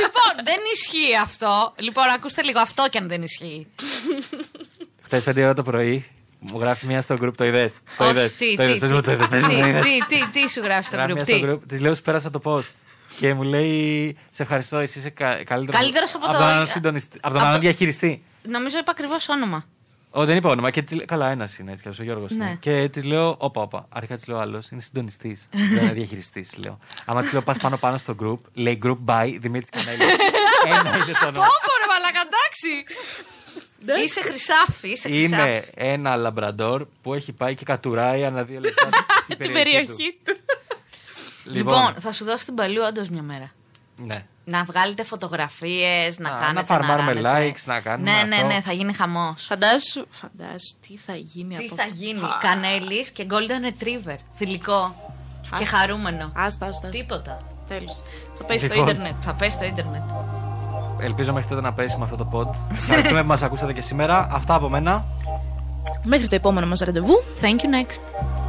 [SPEAKER 3] Λοιπόν, δεν ισχύει αυτό. Λοιπόν, ακούστε λίγο αυτό κι αν δεν ισχύει.
[SPEAKER 2] Χθες 5 ώρα το πρωί μου γράφει μία στο group το είδες. Το
[SPEAKER 3] Όχι,
[SPEAKER 2] είδες.
[SPEAKER 3] τι,
[SPEAKER 2] Το
[SPEAKER 3] τι,
[SPEAKER 2] είδε. Πες μου το
[SPEAKER 3] τι,
[SPEAKER 2] είδε. Πες μου το
[SPEAKER 3] τι,
[SPEAKER 2] είδες.
[SPEAKER 3] τι, τι, τι σου γράφει στο group, τι.
[SPEAKER 2] Της λέω σου πέρασα το post. Και μου λέει Σε ευχαριστώ, εσύ είσαι κα, καλύτερος.
[SPEAKER 3] Καλύτερος από το-
[SPEAKER 2] τον συντονιστή. Από τον
[SPEAKER 3] από το-
[SPEAKER 2] άλλον διαχειριστή.
[SPEAKER 3] Νομίζω είπα ακριβώς όνομα.
[SPEAKER 2] Ω, δεν είπα όνομα. Και της λέ- Καλά, ένας είναι έτσι, κι αλλιώς, ο Γιώργος.
[SPEAKER 3] Ναι.
[SPEAKER 2] Και της λέω, Όπα, όπα. Αρχικά της λέω άλλος, είναι συντονιστής. Δεν είναι διαχειριστής, λέω. Άμα της λέω, πας πάνω-πάνω στο group, λέει group by Δημήτρης Κανέλης. Ένα είναι το όνομα.
[SPEAKER 3] Όπω ρε μαλάκα, εντάξει.
[SPEAKER 4] Ναι.
[SPEAKER 3] Είσαι χρυσάφι, είσαι χρυσάφι.
[SPEAKER 2] Είμαι ένα λαμπραντόρ που έχει πάει και κατουράει ανά δύο λεπτά την
[SPEAKER 4] Την
[SPEAKER 2] του.
[SPEAKER 4] περιοχή του.
[SPEAKER 3] Λοιπόν, θα σου δώσω την παλιού όντως μια μέρα.
[SPEAKER 2] ναι.
[SPEAKER 3] Να βγάλετε φωτογραφίες, να
[SPEAKER 2] Να-
[SPEAKER 3] κάνετε.
[SPEAKER 2] να φαρμάρουμε
[SPEAKER 3] ράνετε.
[SPEAKER 2] likes, να κάνουμε
[SPEAKER 3] Ναι, ναι,
[SPEAKER 2] αυτό.
[SPEAKER 3] ναι, θα γίνει χαμός.
[SPEAKER 4] Φαντάσου, φαντάσου τι θα γίνει
[SPEAKER 3] Τι
[SPEAKER 4] από
[SPEAKER 3] θα γίνει,
[SPEAKER 4] Α,
[SPEAKER 3] Κανέλης και Golden Retriever. Θηλυκό και χαρούμενο.
[SPEAKER 4] Άστα, άστα. άστα.
[SPEAKER 3] Τίποτα. Ε,
[SPEAKER 4] Τέλος. Θα πέσει στο
[SPEAKER 2] Λοιπόν.
[SPEAKER 4] ίντερνετ.
[SPEAKER 3] Θα πέσει στο Ιντερνετ.
[SPEAKER 2] Ελπίζω μέχρι τότε να πέσει με αυτό το pod. Ευχαριστούμε που μας ακούσατε και σήμερα. Αυτά από μένα.
[SPEAKER 4] Μέχρι το επόμενο μας ραντεβού.
[SPEAKER 3] Thank you next.